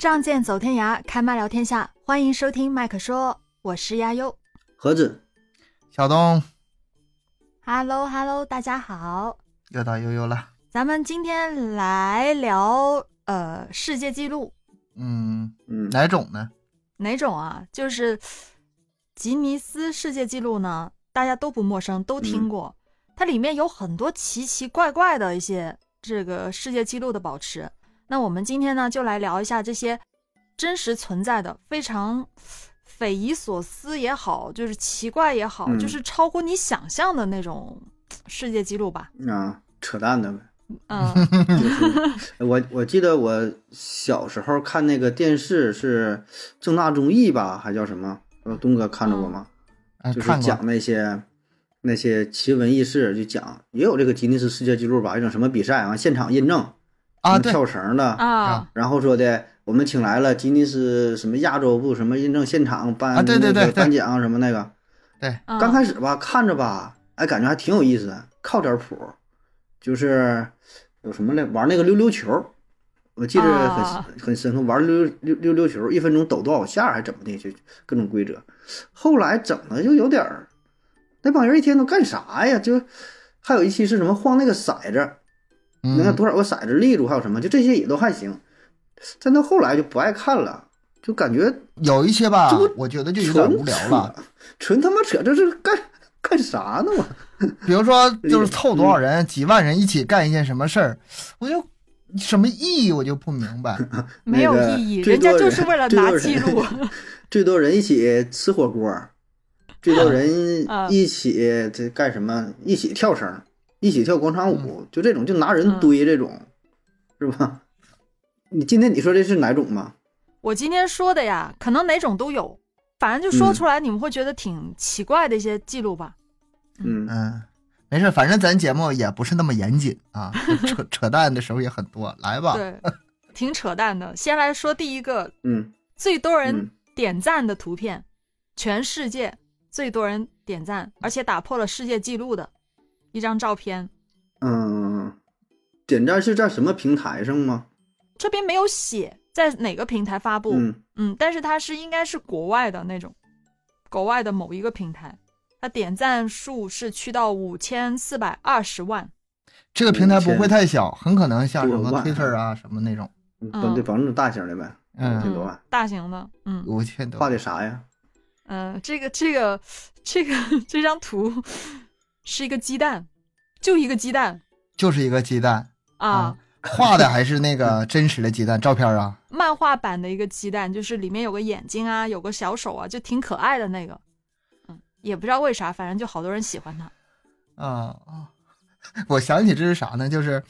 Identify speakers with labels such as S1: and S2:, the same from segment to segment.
S1: 仗剑走天涯，开麦聊天下，欢迎收听麦克说，我是亚优。
S2: 盒子，
S3: 小东
S1: Hello Hello，大家好，
S3: 又到悠悠了。
S1: 咱们今天来聊呃世界纪录
S3: 嗯，
S2: 嗯，
S3: 哪种呢？
S1: 哪种啊？就是吉尼斯世界纪录呢，大家都不陌生，都听过。它里面有很多奇奇怪怪的一些这个世界纪录的保持。那我们今天呢，就来聊一下这些真实存在的、非常匪夷所思也好，就是奇怪也好，
S2: 嗯
S1: 就是超乎你想象的那种世界纪录吧。
S2: 啊，扯淡的呗。
S1: 嗯
S2: 就是我我记得我小时候看那个电视是正大综艺吧，还叫什么？呃，东哥看着过吗？
S3: 哎，
S2: 就是
S3: 看过
S2: 讲那些那些奇闻异事，就讲也有这个吉尼斯世界纪录吧，一种什么比赛啊，现场验证
S3: 啊？
S2: 什么
S3: 对，
S2: 跳绳的，
S1: 啊，
S2: 然后说的我们请来了吉尼斯什么亚洲部什么验证现场颁、
S3: 啊对对对
S2: 那个
S3: 对
S2: 颁奖什么那个，
S1: 嗯
S2: 刚开始吧，看着吧，哎，感觉还挺有意思的，靠点谱，就是有什么呢？玩那个溜溜球，我记得很、
S1: 啊
S2: 很深刻，玩溜溜溜溜球，一分钟抖多少下儿还怎么的，就各种规则。后来整的就有点儿，那帮人一天都干啥呀？就还有一期是什么晃那个骰子，能有
S3: 嗯，
S2: 多少个骰子立住，还有什么，就这些也都还行。但到后来就不爱看了，就感觉
S3: 有一些吧
S2: 这不，
S3: 我觉得就有
S2: 纯
S3: 点无聊
S2: 扯
S3: 了。，
S2: 纯 他妈扯，这是干干啥呢？我
S3: 比如说，就是
S2: 嗯
S3: 凑多少人，几万人一起干一件什么事儿，我就什么意义我就不明 白。
S1: 没有
S2: 那个
S1: 意义，
S2: 最
S1: 人家
S2: 多
S1: 就是
S2: 人
S1: 为了
S2: 最
S1: 拿
S2: 多
S1: 记
S2: 人
S1: 录。
S2: 最多人一起吃火锅，最多人
S1: 啊
S2: 一起这干什么？一起跳绳，一起跳广场舞，就这种，就拿人堆这种，是吧？你今天你说这是哪种吧？
S1: 我今天说的呀，可能哪种都有，反正就说出来，你们会觉得挺奇怪的一些记录吧。
S2: 嗯，
S3: 嗯，没事，反正咱节目也不是那么严谨啊， 扯扯淡的时候也很多。来
S2: 啊
S3: 吧，
S1: 对，挺扯淡的。先来说第一个
S2: 嗯
S1: 最多人
S2: 嗯
S1: 点赞的图片，全世界最多人点赞，而且打破了世界纪录的一张照片。
S2: 嗯，点赞是在什么平台上吗？
S1: 这边没有写在哪个平台发布，
S2: 嗯
S1: 嗯，但是它是应该是国外的那种，国外的
S2: 嗯
S1: 某一个平台，它点赞数是去到五千四百二十万。
S3: 这个平台不会太小，很可能像什么
S2: 多万
S3: Twitter 啊什么那种。
S2: 嗯，对，反正大型的呗，
S3: 嗯，
S2: 挺多啊。
S1: 大型的，嗯
S3: 我去，
S2: 画的啥呀？
S1: 嗯、呃这个这个这个这张图是一个鸡蛋，就一个鸡蛋
S3: 就是一个鸡蛋
S1: 啊，，
S3: 画的还是 那个真实的鸡蛋照片啊。
S1: 漫画版的一个鸡蛋，就是里面有个眼睛啊，有个小手啊，就挺可爱的那个，嗯，也不知道为啥，反正就好多人喜欢它。
S3: 啊啊！ 我想起这是啥呢？就是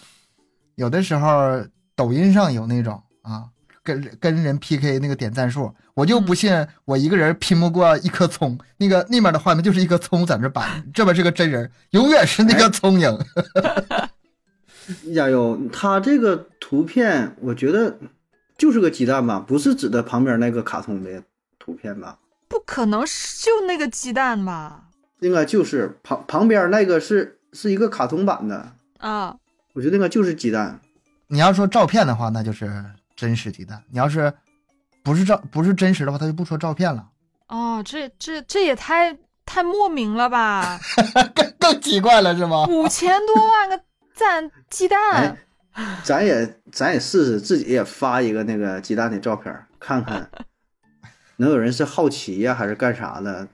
S3: 有的时候抖音上有那种啊，跟跟人 PK 那个点赞数，我就不
S1: 嗯
S3: 信我一个人拼不过一颗葱。那个那边的画面就是一个葱在那摆， 这边是个真人，永远是那个葱赢。
S1: 哎
S2: 亚优，他这个图片，我觉得就是个鸡蛋吧，不是指的旁边那个卡通的图片吧？
S1: 不可能是就那个鸡蛋吧？
S2: 应该就是旁旁边那个是是一个卡通版的，
S1: 啊，
S2: 我觉得那个就是鸡蛋。
S3: 你要说照片的话，那就是真实鸡蛋；你要是不是照不是真实的话，他就不说照片了，
S1: 哦，这这这也太太莫名了吧？
S3: 更更奇怪了是吗？
S1: 五千多万个赞鸡蛋
S2: 哎，咱也咱也试试，自己也发一个那个鸡蛋的照片儿，看看能有人是好奇呀、还是干啥的，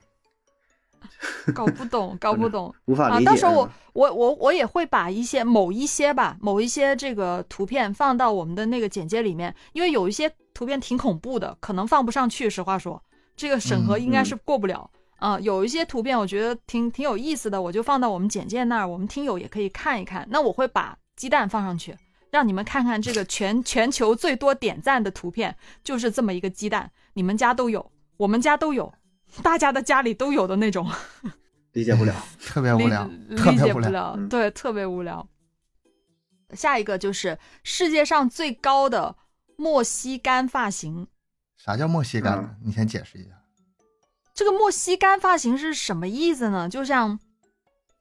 S1: 搞不懂，搞不懂。
S2: 无法
S1: 啊，
S2: 理解。
S1: 到时候我我我我也会把一些某一些吧，某一些这个图片放到我们的那个简介里面，因为有一些图片挺恐怖的，可能放不上去。实话说，这个审核
S3: 嗯
S1: 应该
S2: 嗯
S1: 是过不了。啊，有一些图片我觉得挺挺有意思的，我就放到我们简介那儿，我们听友也可以看一看。那我会把鸡蛋放上去，让你们看看这个全全球最多点赞的图片，就是这么一个鸡蛋，你们家都有，我们家都有，大家的家里都有的那种。
S2: 理解不了。
S3: 特别
S1: 理
S3: 无聊，特
S1: 理
S3: 别
S1: 解
S3: 无
S1: 不
S3: 聊。
S1: 了，
S2: 嗯
S1: 对，特别无聊。下一个就是世界上最高的莫西干发型。
S3: 啥叫墨西哥呢
S2: 嗯？
S3: 你先解释一下。
S1: 这个莫西干发型是什么意思呢？就像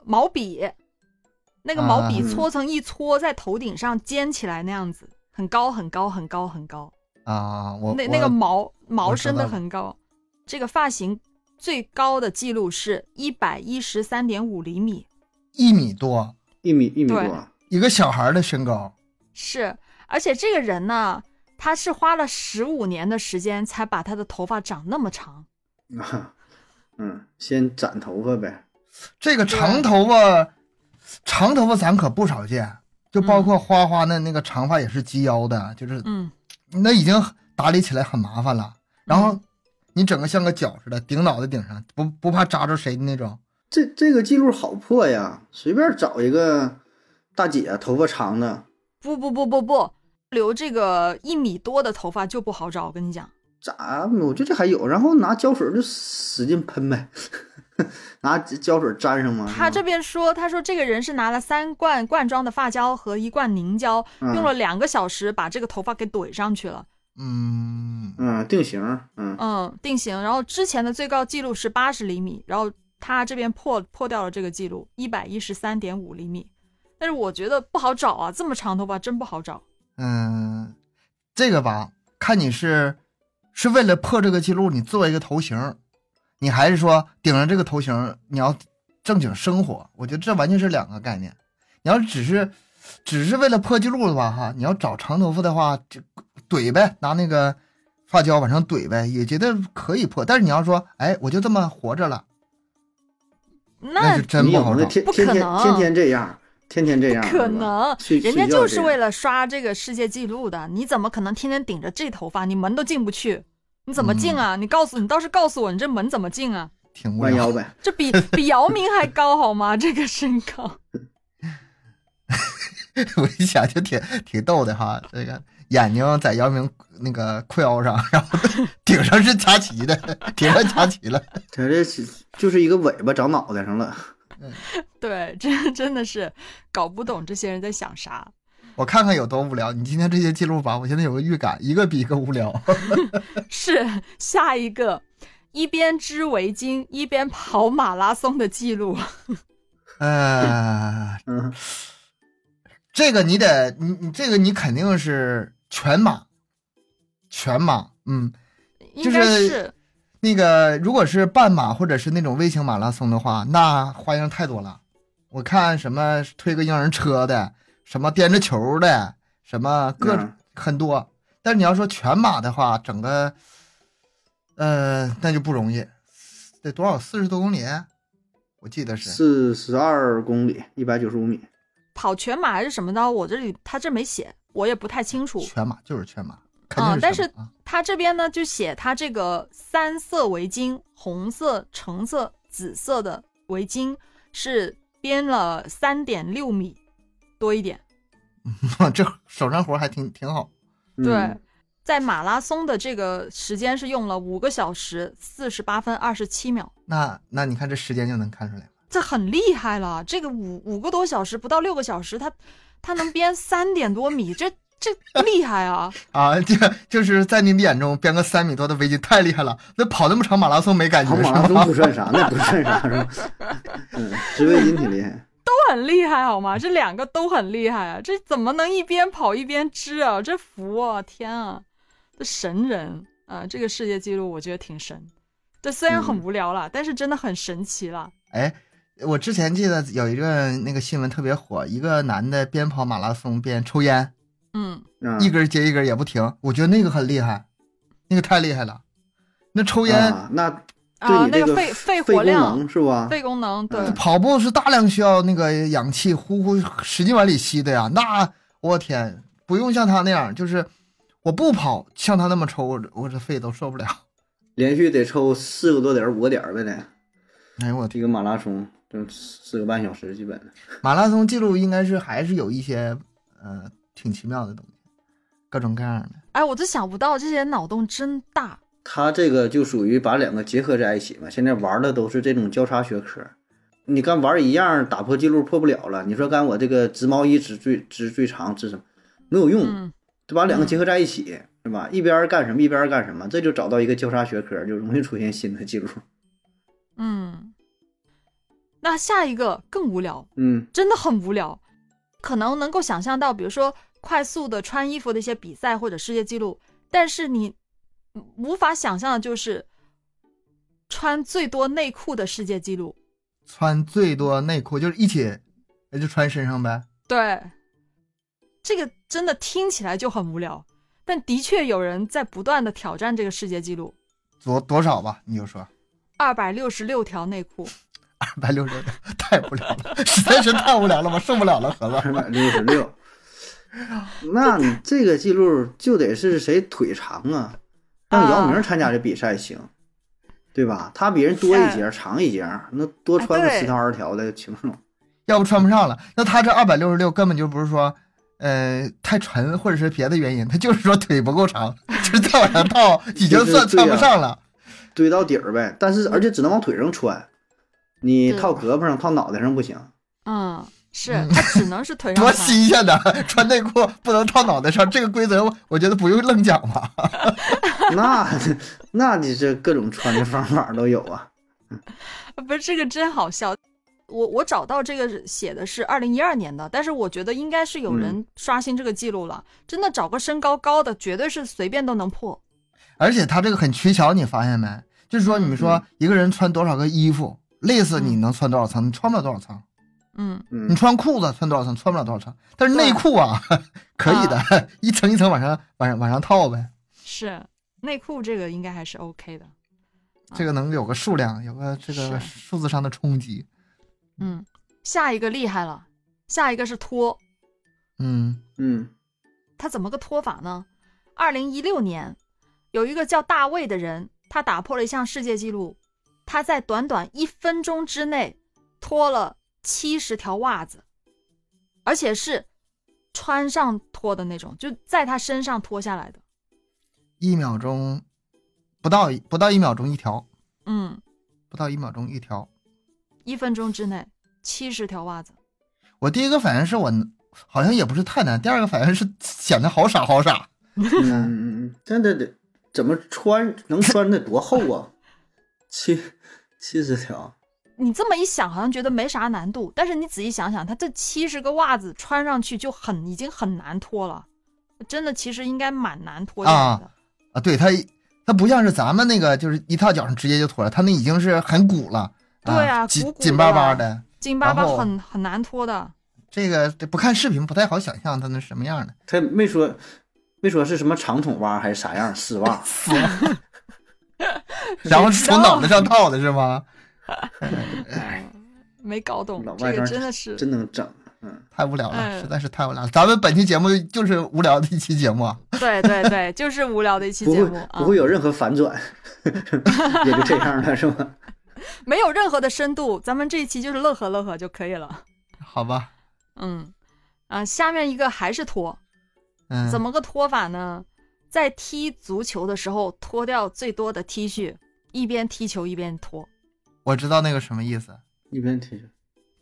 S1: 毛笔，那个毛笔
S2: 啊
S1: 搓成一搓在头顶上尖起来那样子，很高很高很高很高。
S3: 啊，我
S1: 那
S3: 我
S1: 那个毛毛
S3: 我知
S1: 真的
S3: 道了
S1: 很高，这个发型最高的记录是一百一十三点五厘米，
S3: 一米多，
S2: 一米一米
S1: 对
S2: 多，
S3: 一个小孩的身高，
S1: 是，而且这个人呢，他是花了十五年的时间才把他的头发长那么长，
S2: 啊， 嗯，先斩头发呗，
S3: 这个长头发，长头发咱可不少见，就包括花花那那个长发也是及腰的，就是
S1: 嗯，
S3: 那已经打理起来很麻烦了。然后你整个像个角似的顶脑袋顶上，不不怕扎着谁的那种。
S2: 这这个记录好破呀，随便找一个大姐头发长的，
S1: 不不不不不，留这个一米多的头发就不好找，我跟你讲，
S2: 咋？我觉得这还有，然后拿胶水就使劲喷呗， 拿胶水粘上嘛。
S1: 他
S2: 是
S1: 这
S2: 吧
S1: 边说，他说这个人是拿了三罐罐装的发胶和一罐凝胶，用了两个小时把这个头发给怼上去了。
S3: 嗯，
S2: 嗯定型儿，嗯
S1: 嗯，定型。然后之前的最高记录是八十厘米，然后他这边破破掉了这个记录，一百一十三点五厘米。但是我觉得不好找啊，这么长头发真不好找。
S3: 嗯，这个吧，看你是是为了破这个记录，你做一个头型，你还是说顶着这个头型你要正经生活？我觉得这完全是两个概念。你要只是只是为了破记录的话，哈，你要找长头发的话，这怼呗，拿那个发胶往上怼呗，也觉得可以破。但是你要说，哎，我就这么活着了，那
S1: 那
S3: 就真
S2: 你
S3: 不
S2: 有
S3: 好
S2: 那
S3: 找。
S2: 天
S1: 不
S2: 天
S1: 可
S2: 天
S1: 能
S2: 天天这样，天天这样，
S1: 可
S2: 是吧
S1: 能
S2: 睡，
S1: 人家就是为
S2: 了
S1: 了刷这个世界纪录的，你怎么可能天天顶着这头发？你门都进不去，你怎么进
S2: 嗯
S1: 啊？你告诉你倒是告诉我，你这门怎么进啊？
S3: 挺无
S2: 弯
S3: 聊
S2: 腰。呗，
S1: 这比比姚明还高好吗？这个身高，
S3: 我一想就挺挺逗的哈，这个眼睛在姚明那个裤腰上，然后顶上是佳琪的，顶上佳琪了。
S2: 他这是就是一个尾巴长脑袋上了。
S1: 对，真真的是搞不懂这些人在想啥。
S3: 我看看有多无聊。你今天这些记录吧，我现在有个预感，一个比一个无聊。
S1: 是下一个，一边织围巾一边跑马拉松的记录。
S3: 呃，
S2: 嗯，
S3: 这个你得，你你这个你肯定是全马，全马，嗯，
S1: 应该
S3: 就是
S1: 是
S3: 那个如果是半马或者是那种微型马拉松的话，那花样太多了。我看什么推个婴儿车的，什么颠着球的，什么各、
S2: 嗯
S3: 很多。但是你要说全马的话，整个，呃，那就不容易，得多少四十多公里，我记得是
S2: 四十二公里，一百九十五米。
S1: 跑全马还是什么的，我这里他这没写，我也不太清楚。
S3: 全马就是全马，肯定
S2: 哦
S1: 啊但
S3: 是
S1: 是
S3: 全马啊
S1: 他这边呢就写他这个三色围巾，红色、橙色、紫色的围巾是编了三点六米多一点。
S3: 这手上活还挺挺好。
S2: 嗯、
S1: 对，在马拉松的这个时间是用了五个小时四十八分二十七秒。
S3: 那那你看这时间就能看出来，
S1: 这很厉害了，这个五五个多小时，不到六个小时，他他能编三点多米，这这厉害啊！
S3: 啊，这就是在你的眼中编个三米多的围巾太厉害了，那跑那么长马拉松没感觉
S2: 跑马拉
S3: 是
S2: 松
S3: 吗？
S2: 不算啥，那不算啥是吧？ 嗯，织围巾挺厉害。
S1: 都很厉害好吗？这两个都很厉害啊，这怎么能一边跑一边织啊？这服啊，天啊，这神人啊！这个世界纪录我觉得挺神，这虽然很
S2: 嗯
S1: 无聊啦，但是真的很神奇啦。
S3: 哎，我之前记得有一个那个新闻特别火，一个男的边跑马拉松边抽烟，
S1: 嗯，
S2: 嗯，
S3: 一根接一根也不停，我觉得那个很厉害，那个太厉害了。那抽烟、
S2: 啊，那对
S1: 啊，
S2: 你
S1: 那
S2: 这
S1: 个
S2: 个
S1: 肺肺
S2: 肺
S1: 活
S2: 功
S1: 量、
S2: 能是吧？
S1: 肺功能，对，
S2: 嗯
S3: 跑步是大量需要那个氧气，呼呼使劲往里吸的呀。那我天，不用像他那样，就是我不跑，像他那么抽，我这我这肺都受不了。
S2: 连续得抽四个多点儿、五个点儿呗得。
S3: 哎呦我
S2: 这
S3: 天！
S2: 个马拉松就四个半小时，基本
S3: 马拉松记录应该是还是有一些呃挺奇妙的东西，各种各样的。
S1: 哎，我都想不到这些人脑洞真大，
S2: 他这个就属于把两个结合在一起嘛。现在玩的都是这种交叉学科，你干玩一样打破记录破不了了，你说干我这个织毛衣织最织最长织什么没有用，
S1: 嗯，
S2: 就把两个结合在一起，是吧？一边儿干什么一边儿干什么，这就找到一个交叉学科，就容易出现新的记录。
S1: 嗯，那下一个更无聊，
S2: 嗯
S1: 真的很无聊。可能能够想象到，比如说快速的穿衣服的一些比赛或者世界纪录，但是你无法想象的就是穿最多内裤的世界纪录。
S3: 穿最多内裤就是一起，那就穿身上呗。
S1: 对，这个真的听起来就很无聊，但的确有人在不断的挑战这个世界纪录，
S3: 多多少吧，你就说
S1: 二百六十六条内裤。
S3: 二百六十六，太无聊了， 实在是太无聊了，我受不了了，盒
S2: 二
S3: 子。
S2: 百六十六。那你这个记录就得是谁腿长啊？让姚明参加这比赛行，对吧？他比人多一截儿，长一截儿，那多穿个
S1: 哎对
S2: 十条二十条的情况。
S3: 要不穿不上了。那他这二百六十六根本就不是说，呃，太沉或者是别的原因，他就是说腿不够长， 就是再往上套已经算
S2: 对
S3: 穿
S2: 啊
S3: 不上了。
S2: 堆到底儿呗。但是而且只能往腿上穿，你
S1: 对
S2: 套胳膊上、套脑袋上不行。
S1: 嗯，是它只能是腿上
S3: 多
S1: 穿。
S3: 新鲜的，穿内裤不能套脑袋上，这个规则我我觉得不用愣讲吧。
S2: 那那你这各种穿的方法都有啊。
S1: 不是这个真好笑。我我找到这个写的是二零一二年的，但是我觉得应该是有人刷新这个记录了。真的找个身高高的，绝对是随便都能破。
S3: 而且他这个很取巧，你发现没？就是说，你说一个人穿多少个衣服，累死你能穿多少层？你穿不了多少层。
S1: 嗯，
S2: 嗯
S3: 你，穿裤子穿多少层？穿不了多少层。但是内裤啊， 可以的，一层一层往上往上往上套呗。
S1: 是内裤这个应该还是 OK 的。
S3: 这个能有个数量，有个这个
S1: 是
S3: 数字上的冲击。
S1: 嗯，下一个厉害了，下一个是脱，
S3: 嗯，
S2: 嗯，
S1: 他怎么个脱法呢？二零一六年，有一个叫大卫的人，他打破了一项世界纪录，他在短短一分钟之内脱了七十条袜子，而且是穿上脱的那种，就在他身上脱下来的。
S3: 一秒钟不到不到一秒钟一条，
S1: 嗯，
S3: 不到一秒钟一条。
S1: 一分钟之内七十条袜子。
S3: 我第一个反应是我好像也不是太难，第二个反应是显得好傻好傻。
S2: 嗯嗯嗯，真的得怎么穿能穿得多厚啊？ 七七十条，
S1: 你这么一想，好像觉得没啥难度，但是你仔细想想，他这七十个袜子穿上去就很已经很难脱了，真的其实应该蛮难脱下来的。
S3: 啊，对他，他不像是咱们那个，就是一套脚上直接就脱了，他那已经是很鼓了，
S1: 对
S3: 啊，
S1: 啊
S3: 紧
S1: 鼓鼓
S3: 紧巴巴
S1: 的
S3: 的。
S1: 金巴巴
S3: 然后
S1: 很很难脱的，
S3: 这个这不看视频不太好想象他那什么 样的。，
S2: 他没说没说是什么长筒袜还是啥样 丝袜
S3: 死了然后是从脑袋上套的是吗？
S1: 嗯没搞懂
S2: 老，外
S1: 这个
S2: 甥
S1: 真的是
S2: 真能整。嗯，
S3: 太无聊了，
S1: 嗯
S3: 实在是太无聊了。咱们本期节目就是无聊的一期节目啊，
S1: 对对对， 就是无聊的一期
S2: 不
S1: 节
S2: 会
S1: 目啊
S2: 不，会有任何反转， 也就这样了，是吧？
S1: 没有任何的深度，咱们这一期就是乐呵乐呵就可以了。
S3: 好吧？
S1: 嗯，啊，下面一个还是脱，
S3: 嗯，
S1: 怎么个脱法呢？在踢足球的时候脱掉最多的 T 恤，一边踢球一边脱。
S3: 我知道那个什么意思？
S2: 一边踢球，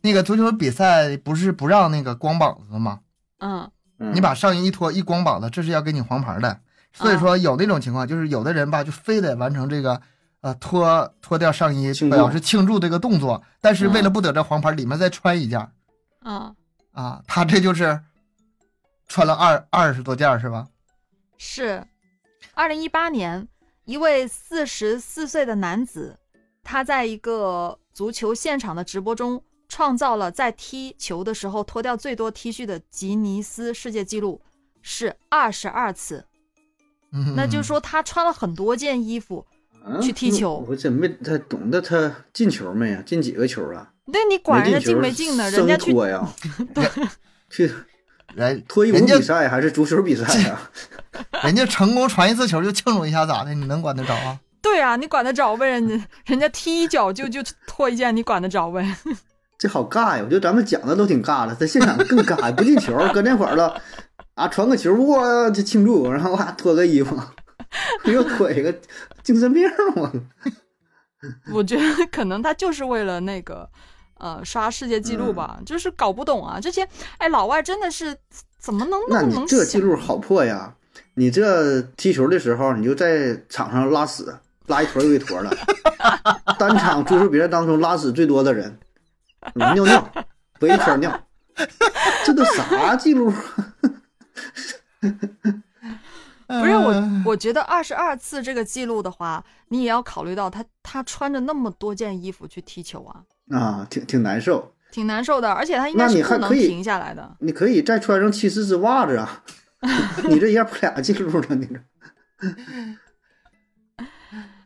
S3: 那个足球比赛不是不让那个光膀子的吗？
S1: 嗯
S2: 嗯
S3: 你把上衣一脱一光膀子，这是要给你黄牌的。所
S1: 嗯
S3: 以说有那种情况，就是有的人吧，就非得完成这个呃脱脱掉上衣
S2: 庆祝
S3: 表示庆祝这个动作，但是为了
S1: 嗯
S3: 不得这黄牌，里面再穿一件儿
S1: 嗯，
S3: 啊，他这就是穿了二二十多件儿是吧？
S1: 是，二零一八年，一位四十四岁的男子，他在一个足球现场的直播中，创造了在踢球的时候脱掉最多 T 恤的吉尼斯世界纪录，是二十二次。
S3: 嗯，
S1: 那就是说他穿了很多件衣服。
S2: 嗯
S1: 去踢球
S2: 我真没太懂得他进球没呀？进几个球啊？
S1: 那你管人家进
S2: 球
S1: 没进呢？人家
S2: 生
S1: 去
S2: 拖 呀，去
S3: 人
S2: 脱衣舞
S3: 人家
S2: 比赛还是足球比赛啊？
S3: 人家成功传一次球就庆祝一下咋的？你能管得着啊？
S1: 对啊，你管得着呗？人家人家踢一脚就就脱一件，你管得着呗？
S2: 这好尬呀！我觉得咱们讲的都挺尬的，在现场更尬，不进球，搁那块儿了啊，传个球哇就庆祝，然后哇脱个衣服， 又脱一个，精神病我。
S1: 我觉得可能他就是为了那个，呃，刷世界纪录
S2: 嗯
S1: 吧，就是搞不懂啊。这些，哎，老外真的是怎么能
S2: 那
S1: 么
S2: 你
S1: 能
S2: 这
S1: 想？
S2: 记录好破呀！你这踢球的时候，你就在场上拉屎，拉一坨又一坨的。单场足球比赛当中拉屎最多的人，你尿尿围一圈尿，啊这都啥记录？
S1: 不是我
S3: 嗯，
S1: 我觉得二十二次这个记录的话，你也要考虑到他他穿着那么多件衣服去踢球啊，
S2: 啊，挺挺难受。
S1: 挺难受的，而且他应该
S2: 那你
S1: 是
S2: 还
S1: 不
S2: 可
S1: 能
S2: 以
S1: 停下来的。
S2: 你可以再穿上七十只袜子 啊，你这一下破俩记录了，你这。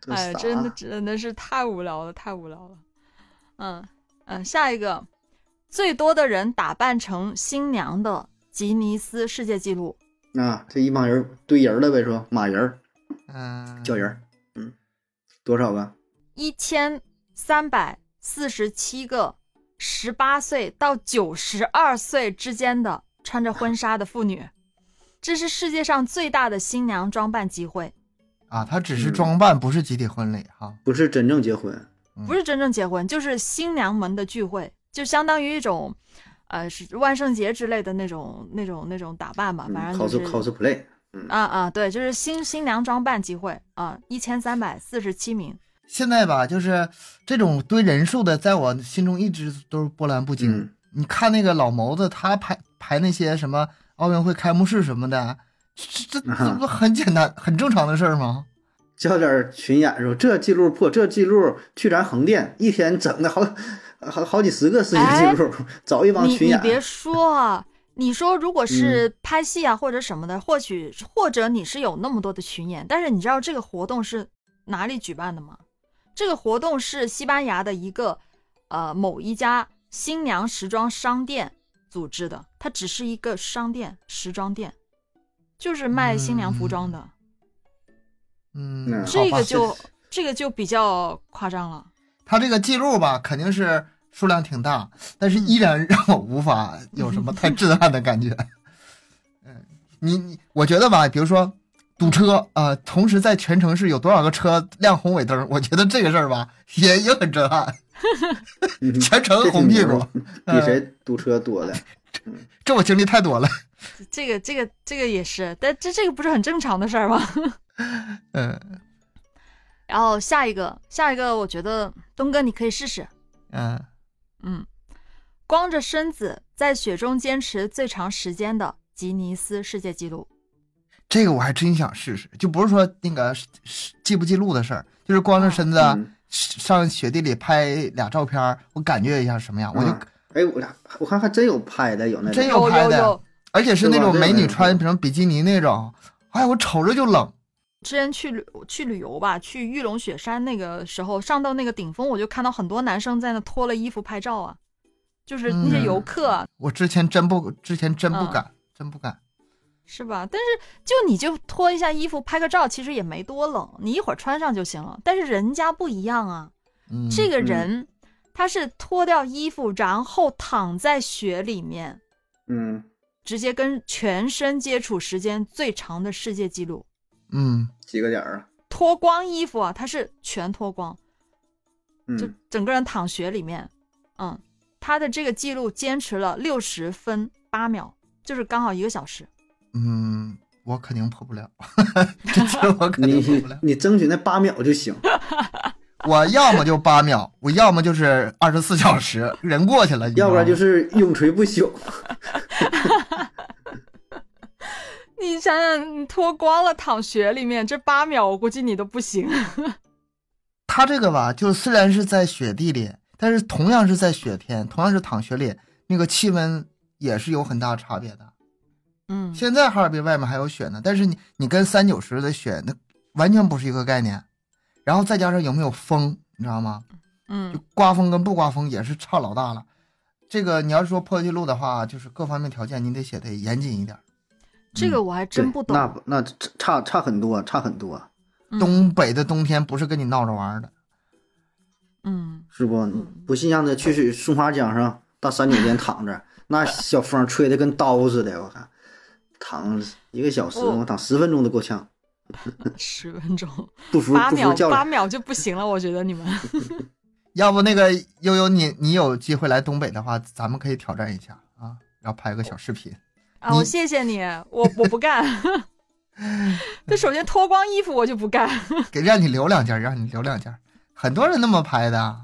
S2: 这啊
S1: 哎，
S2: 啥
S1: 真的真的是太无聊了，太无聊了。嗯嗯，下一个，最多的人打扮成新娘的吉尼斯世界纪录，
S2: 啊，这一帮人堆人了呗，说马人儿、
S3: 嗯，
S2: 叫人儿，嗯，多少个？
S1: 一千三百四十七个十八岁到九十二岁之间的穿着婚纱的妇女，这是世界上最大的新娘装扮集会，
S3: 啊，他只是
S2: 嗯
S3: 装扮，不是集体婚礼哈。
S2: 不是真正结婚，
S1: 不是真正结婚，就是新娘们的聚会，就相当于一种，呃，是万圣节之类的那种、那种、那种打扮吧，
S2: 嗯
S1: 反正就
S2: ，cos
S1: 是
S2: cosplay，
S1: 啊啊，对，就是新新娘装扮集会啊，一千三百四十七名，
S3: 现在吧，就是这种堆人数的，在我心中一直都是波澜不惊。
S2: 嗯
S3: 你看那个老谋子，他排排那些什么奥运会开幕式什么的，这这
S2: 啊哈
S3: 这不很简单、很正常的事儿吗？
S2: 叫点儿群演说这记录破，这记录去咱横店一天整的好 好好几十个世界
S1: 哎
S2: 纪录，找一帮
S1: 你
S2: 群
S1: 你
S2: 演，
S1: 别说啊，你说如果
S3: 嗯
S1: 是拍戏啊或者什么的，或许或者你是有那么多的群演，但是你知道这个活动是哪里举办的吗？这个活动是西班牙的一个呃某一家新娘时装商店组织的，它只是一个商店时装店，就是卖新娘服装的，
S3: 嗯，
S2: 嗯
S3: 好
S1: 这
S3: 吧
S1: 个就这个就比较夸张了。
S3: 他这个记录吧，肯定是数量挺大，但是
S1: 嗯
S3: 依然让我无法有什么太震撼的感觉。 嗯，你你，我觉得吧，比如说堵车啊、呃同时在全城市有多少个车亮红尾灯，我觉得这个事儿吧，也也很震撼，
S2: 嗯
S3: 全
S2: 这
S3: 程
S2: 挺
S3: 红屁
S2: 牛
S3: 股，嗯
S2: 比谁堵车多的。
S3: 这我经历太多了。
S1: 这个这个这个也是，但这这个不是很正常的事儿吗？
S3: 嗯
S1: 然后下一个，下一个，我觉得东哥你可以试试，
S3: 嗯，
S1: 嗯，光着身子在雪中坚持最长时间的吉尼斯世界纪录，
S3: 这个我还真想试试，就不是说那个是是记不记录的事儿，就是光着身子。
S2: 嗯
S3: 上雪地里拍俩照片儿，我感觉一下什么样，我就
S2: 啊哎，我俩我看还真有拍的，有那
S3: 真
S2: 种
S3: 有拍
S1: 有
S3: 的
S1: 有，
S3: 而且是那种
S2: 对吧
S3: 美
S2: 这个
S3: 女
S2: 也
S3: 穿
S2: 是
S3: 比如比基尼那种，哎，我瞅着就冷。
S1: 之前去旅去旅游吧，去玉龙雪山那个时候，上到那个顶峰，我就看到很多男生在那脱了衣服拍照啊，就是那些
S3: 嗯
S1: 游客啊、
S3: 我之前真不，之前真不
S1: 嗯
S3: 敢，真不敢。
S1: 是吧？但是就你就脱一下衣服拍个照，其实也没多冷，你一会儿穿上就行了。但是人家不一样啊，
S3: 嗯，
S1: 这个人他是脱掉衣服，然后躺在雪里面，
S2: 嗯，
S1: 直接跟全身接触时间最长的世界纪录。
S3: 嗯，
S2: 几个点儿啊？
S1: 脱光衣服啊，他是全脱光，就
S2: 嗯，
S1: 整个人躺雪里面。嗯，他的这个记录坚持了六十分八秒，就是刚好一个小时。
S3: 嗯，我肯定破不了， 这次我肯定
S2: 你
S3: 破 不了。
S2: 你争取那八秒就行。
S3: 我要么就八秒，我要么就是二十四小时，人过去了，你知道
S2: 要不然就
S3: 吗
S2: 是永垂不朽。
S1: 你想想，你脱光了躺雪里面，这八秒我估计你都不行。
S3: 他这个吧，就虽然是在雪地里，但是同样是在雪天，同样是躺雪里，那个气温也是有很大差别的。
S1: 嗯，
S3: 现在哈尔滨外面还有雪呢，但是你你跟三九十的雪那完全不是一个概念。然后再加上有没有风，你知道吗？
S1: 嗯
S3: 就，刮风跟不刮风也是差老大了。这个你要是说破纪录的话，就是各方面条件你得写得严谨一点。
S1: 这个我还真不
S2: 嗯对
S1: 懂。
S2: 那不那差差很多，差很多，
S1: 嗯
S3: 东北的冬天不是跟你闹着玩儿的，
S1: 嗯，
S2: 是不？不信让他去松花江上大山脚间躺着，那小风吹的跟刀似的，我看躺一个小时，
S1: 哦
S2: 我躺十分钟都够呛。
S1: 十分钟，
S2: 不服
S1: 八
S2: 不服
S1: 秒
S2: 叫
S1: 八
S2: 了，
S1: 秒就不行了，我觉得你们。
S3: 要不那个悠悠你你有机会来东北的话，咱们可以挑战一下啊，然后拍个小视频。
S1: 啊，我
S3: 你
S1: 谢谢你，我我不干。 这首先脱光衣服我就不干。
S3: 给让你留两件儿，让你留两件儿。很多人那么拍的，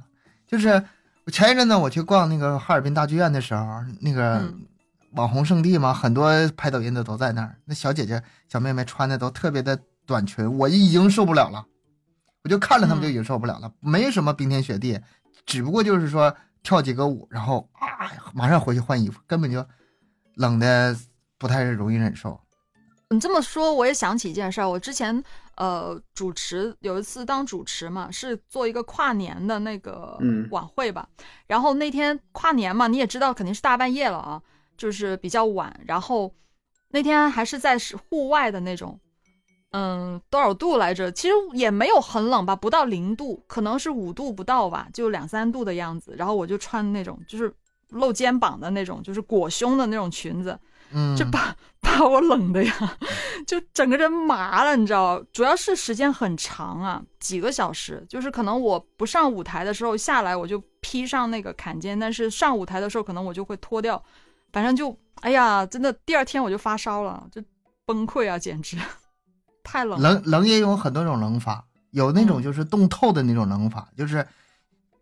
S3: 就是我前一阵子我去逛那个哈尔滨大剧院的时候，那个
S1: 嗯
S3: 网红圣地嘛，很多拍抖音的都在那儿。那小姐姐、小妹妹穿的都特别的短裙，我已经受不了了，我就看着他们就已经受不了了，没什么冰天雪地，只不过就是说跳几个舞，然后啊，马上回去换衣服，根本就冷的不太容易忍受。
S1: 你这么说，我也想起一件事儿。我之前呃主持有一次当主持嘛，是做一个跨年的那个
S2: 嗯
S1: 晚会吧。然后那天跨年嘛，你也知道肯定是大半夜了啊，就是比较晚。然后那天还是在是户外的那种，嗯，多少度来着？其实也没有很冷吧，不到零度，可能是五度不到吧，就两三度的样子。然后我就穿那种就是露肩膀的那种，就是裹胸的那种裙子。
S3: 嗯，
S1: 这把 把我冷的呀， 就整个人麻了，你知道？主要是时间很长啊，几个小时。就是可能我不上舞台的时候下来，我就披上那个坎肩，但是上舞台的时候可能我就会脱掉。反正就哎呀，真的第二天我就发烧了，就崩溃啊，简直 太冷了。
S3: 冷冷也有很多种冷法，有那种
S1: 嗯
S3: 就是冻透的那种冷法，就是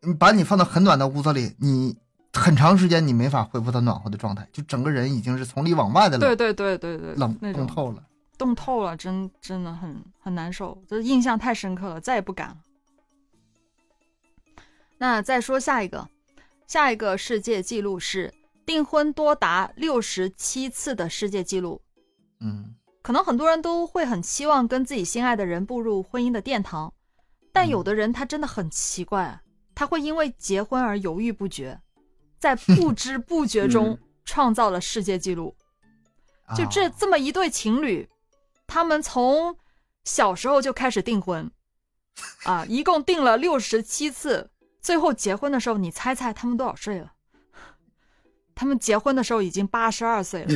S3: 嗯把你放到很暖的屋子里，你很长时间你没法恢复到暖和的状态，就整个人已经是从里往外的
S1: 对
S3: 冷
S1: 对对对对，
S3: 冷嗯
S1: 那
S3: 冻
S1: 种
S3: 透了。
S1: 冻透了，真真的很很难受，这印象太深刻了，再也不敢了。那再说下一个，下一个世界纪录是订婚多达六十七次的世界纪录。
S3: 嗯，
S1: 可能很多人都会很期望跟自己心爱的人步入婚姻的殿堂，但有的人他真的很奇怪，啊他会因为结婚而犹豫不决，在不知不觉中
S2: 嗯
S1: 创造了世界纪录。
S3: 啊
S1: 就这这么一对情侣，他们从小时候就开始订婚，啊，一共订了六十七次，最后结婚的时候，你猜猜他们多少岁了？他们结婚的时候已经八十二岁了，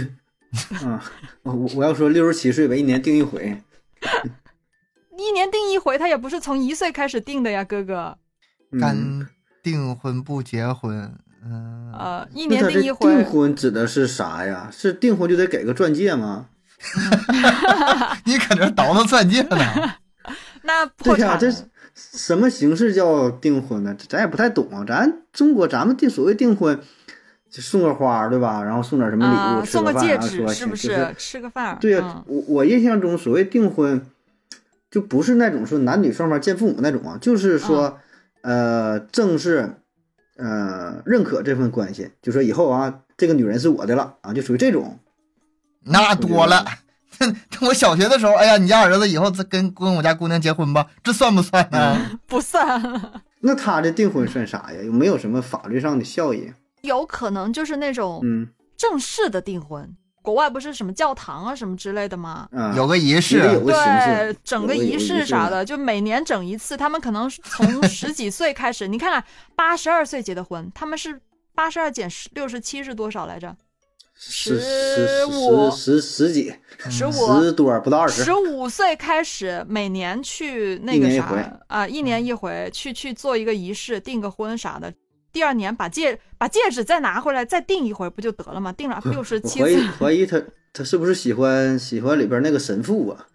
S2: 啊，我我我要说六十七岁吧，一年定一回，
S1: 一年订一回，他也不是从一岁开始订的呀，哥哥。
S2: 嗯
S3: 干订婚不结婚， 嗯，
S1: 呃，一
S2: 那
S1: 年
S2: 他
S1: 订
S2: 这
S1: 一回
S2: 订，婚指的是啥呀？是订婚就得给个钻戒吗？
S3: 你搁这倒腾钻戒呢？
S1: 那破
S2: 对呀、
S1: 产
S2: 这
S1: 了
S2: 是什么形式叫订婚呢？咱也不太懂啊。咱中国咱们订所谓订婚，就送个花儿对吧？然后送点什么礼物，
S1: 啊，
S2: 吃
S1: 送个
S2: 饭
S1: 戒
S2: 啊，
S1: 指
S2: 说
S1: 是不？
S2: 就是
S1: 吃个饭儿，
S2: 对呀、
S1: 嗯
S2: 我我印象中所谓订婚，就不是那种说男女双方见父母那种啊，
S1: 嗯
S2: 就是说，呃，正式，呃，认可这份关系，就说以后啊，这个女人是我的了啊，就属于这种。
S3: 那多了。 我小学的时候，哎呀，你家儿子以后再跟跟我家姑娘结婚吧，这算不算呢、
S2: 嗯
S1: 不算了，
S2: 那他这订婚算啥呀？有没有什么法律上的效益？
S1: 有可能就是那种
S2: 嗯
S1: 正式的订婚，国外不是什么教堂啊什么之类的吗？
S2: 啊，
S3: 有个仪式，
S2: 有个形
S1: 对
S2: 式，，
S1: 整
S2: 有
S1: 个
S2: 个
S1: 仪式啥
S2: 的。
S1: 的，就每年整一次。他们可能是 从十几岁开始，你看看八十二岁结的婚，他们是八十二减十六十七是多少来着？
S2: 十
S1: 十
S2: 十
S1: 五嗯
S2: 十十几
S1: 十五
S2: 十多不到二十
S1: 十，五岁开始，每年去那
S2: 一
S1: 个
S2: 年一
S1: 啥
S2: 回
S1: 啊、一年一回去去做一个仪式，订个婚啥的。第二年把戒把戒指再拿回来，再订一回不就得了吗？订了六十
S2: 我
S1: 七
S2: 怀疑
S1: 次，
S2: 怀疑他他是不是喜欢喜欢里边那个神父啊？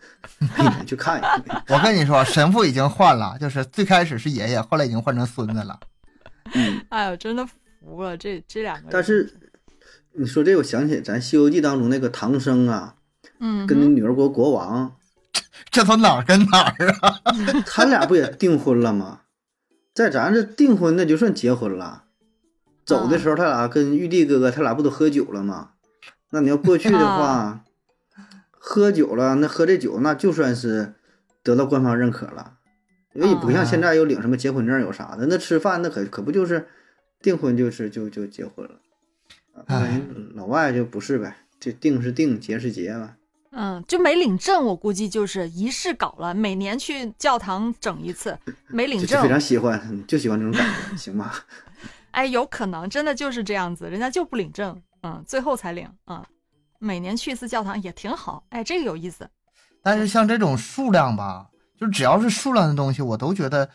S2: 一年去看一 回。
S3: 我跟你说，神父已经换了，就是最开始是爷爷，后来已经换成孙子了。
S2: 嗯，
S1: 哎呦，真的服了这这两个人。
S2: 但是你说这，我想起咱《西游记》当中那个唐僧啊，
S1: 嗯哼，
S2: 跟那女儿国国王，
S3: 这都哪儿跟哪儿啊？
S2: 他俩不也订婚了吗？在咱这订婚那就算结婚了。走的时候，他俩跟玉帝哥哥，他俩不都喝酒了吗？那你要过去的话，喝酒了，那喝这酒那就算是得到官方认可了，因为也不像现在又领什么结婚证有啥的，那吃饭那可可不就是订婚就是就就结婚了。啊
S3: 哎
S2: 老外就不是呗，这定是定，结是结嘛。
S1: 嗯，就没领证，我估计就是仪式搞了，每年去教堂整一次，没领
S2: 就就非常
S1: 证，
S2: 喜欢，嗯就喜欢这种感觉，行吧？
S1: 哎，有可能真的就是这样子，人家就不领证，嗯，最后才领，嗯，每年去一次教堂也挺好，哎，这个有意思，
S3: 但是像这种数量吧，就只要是数量的东西，我都觉得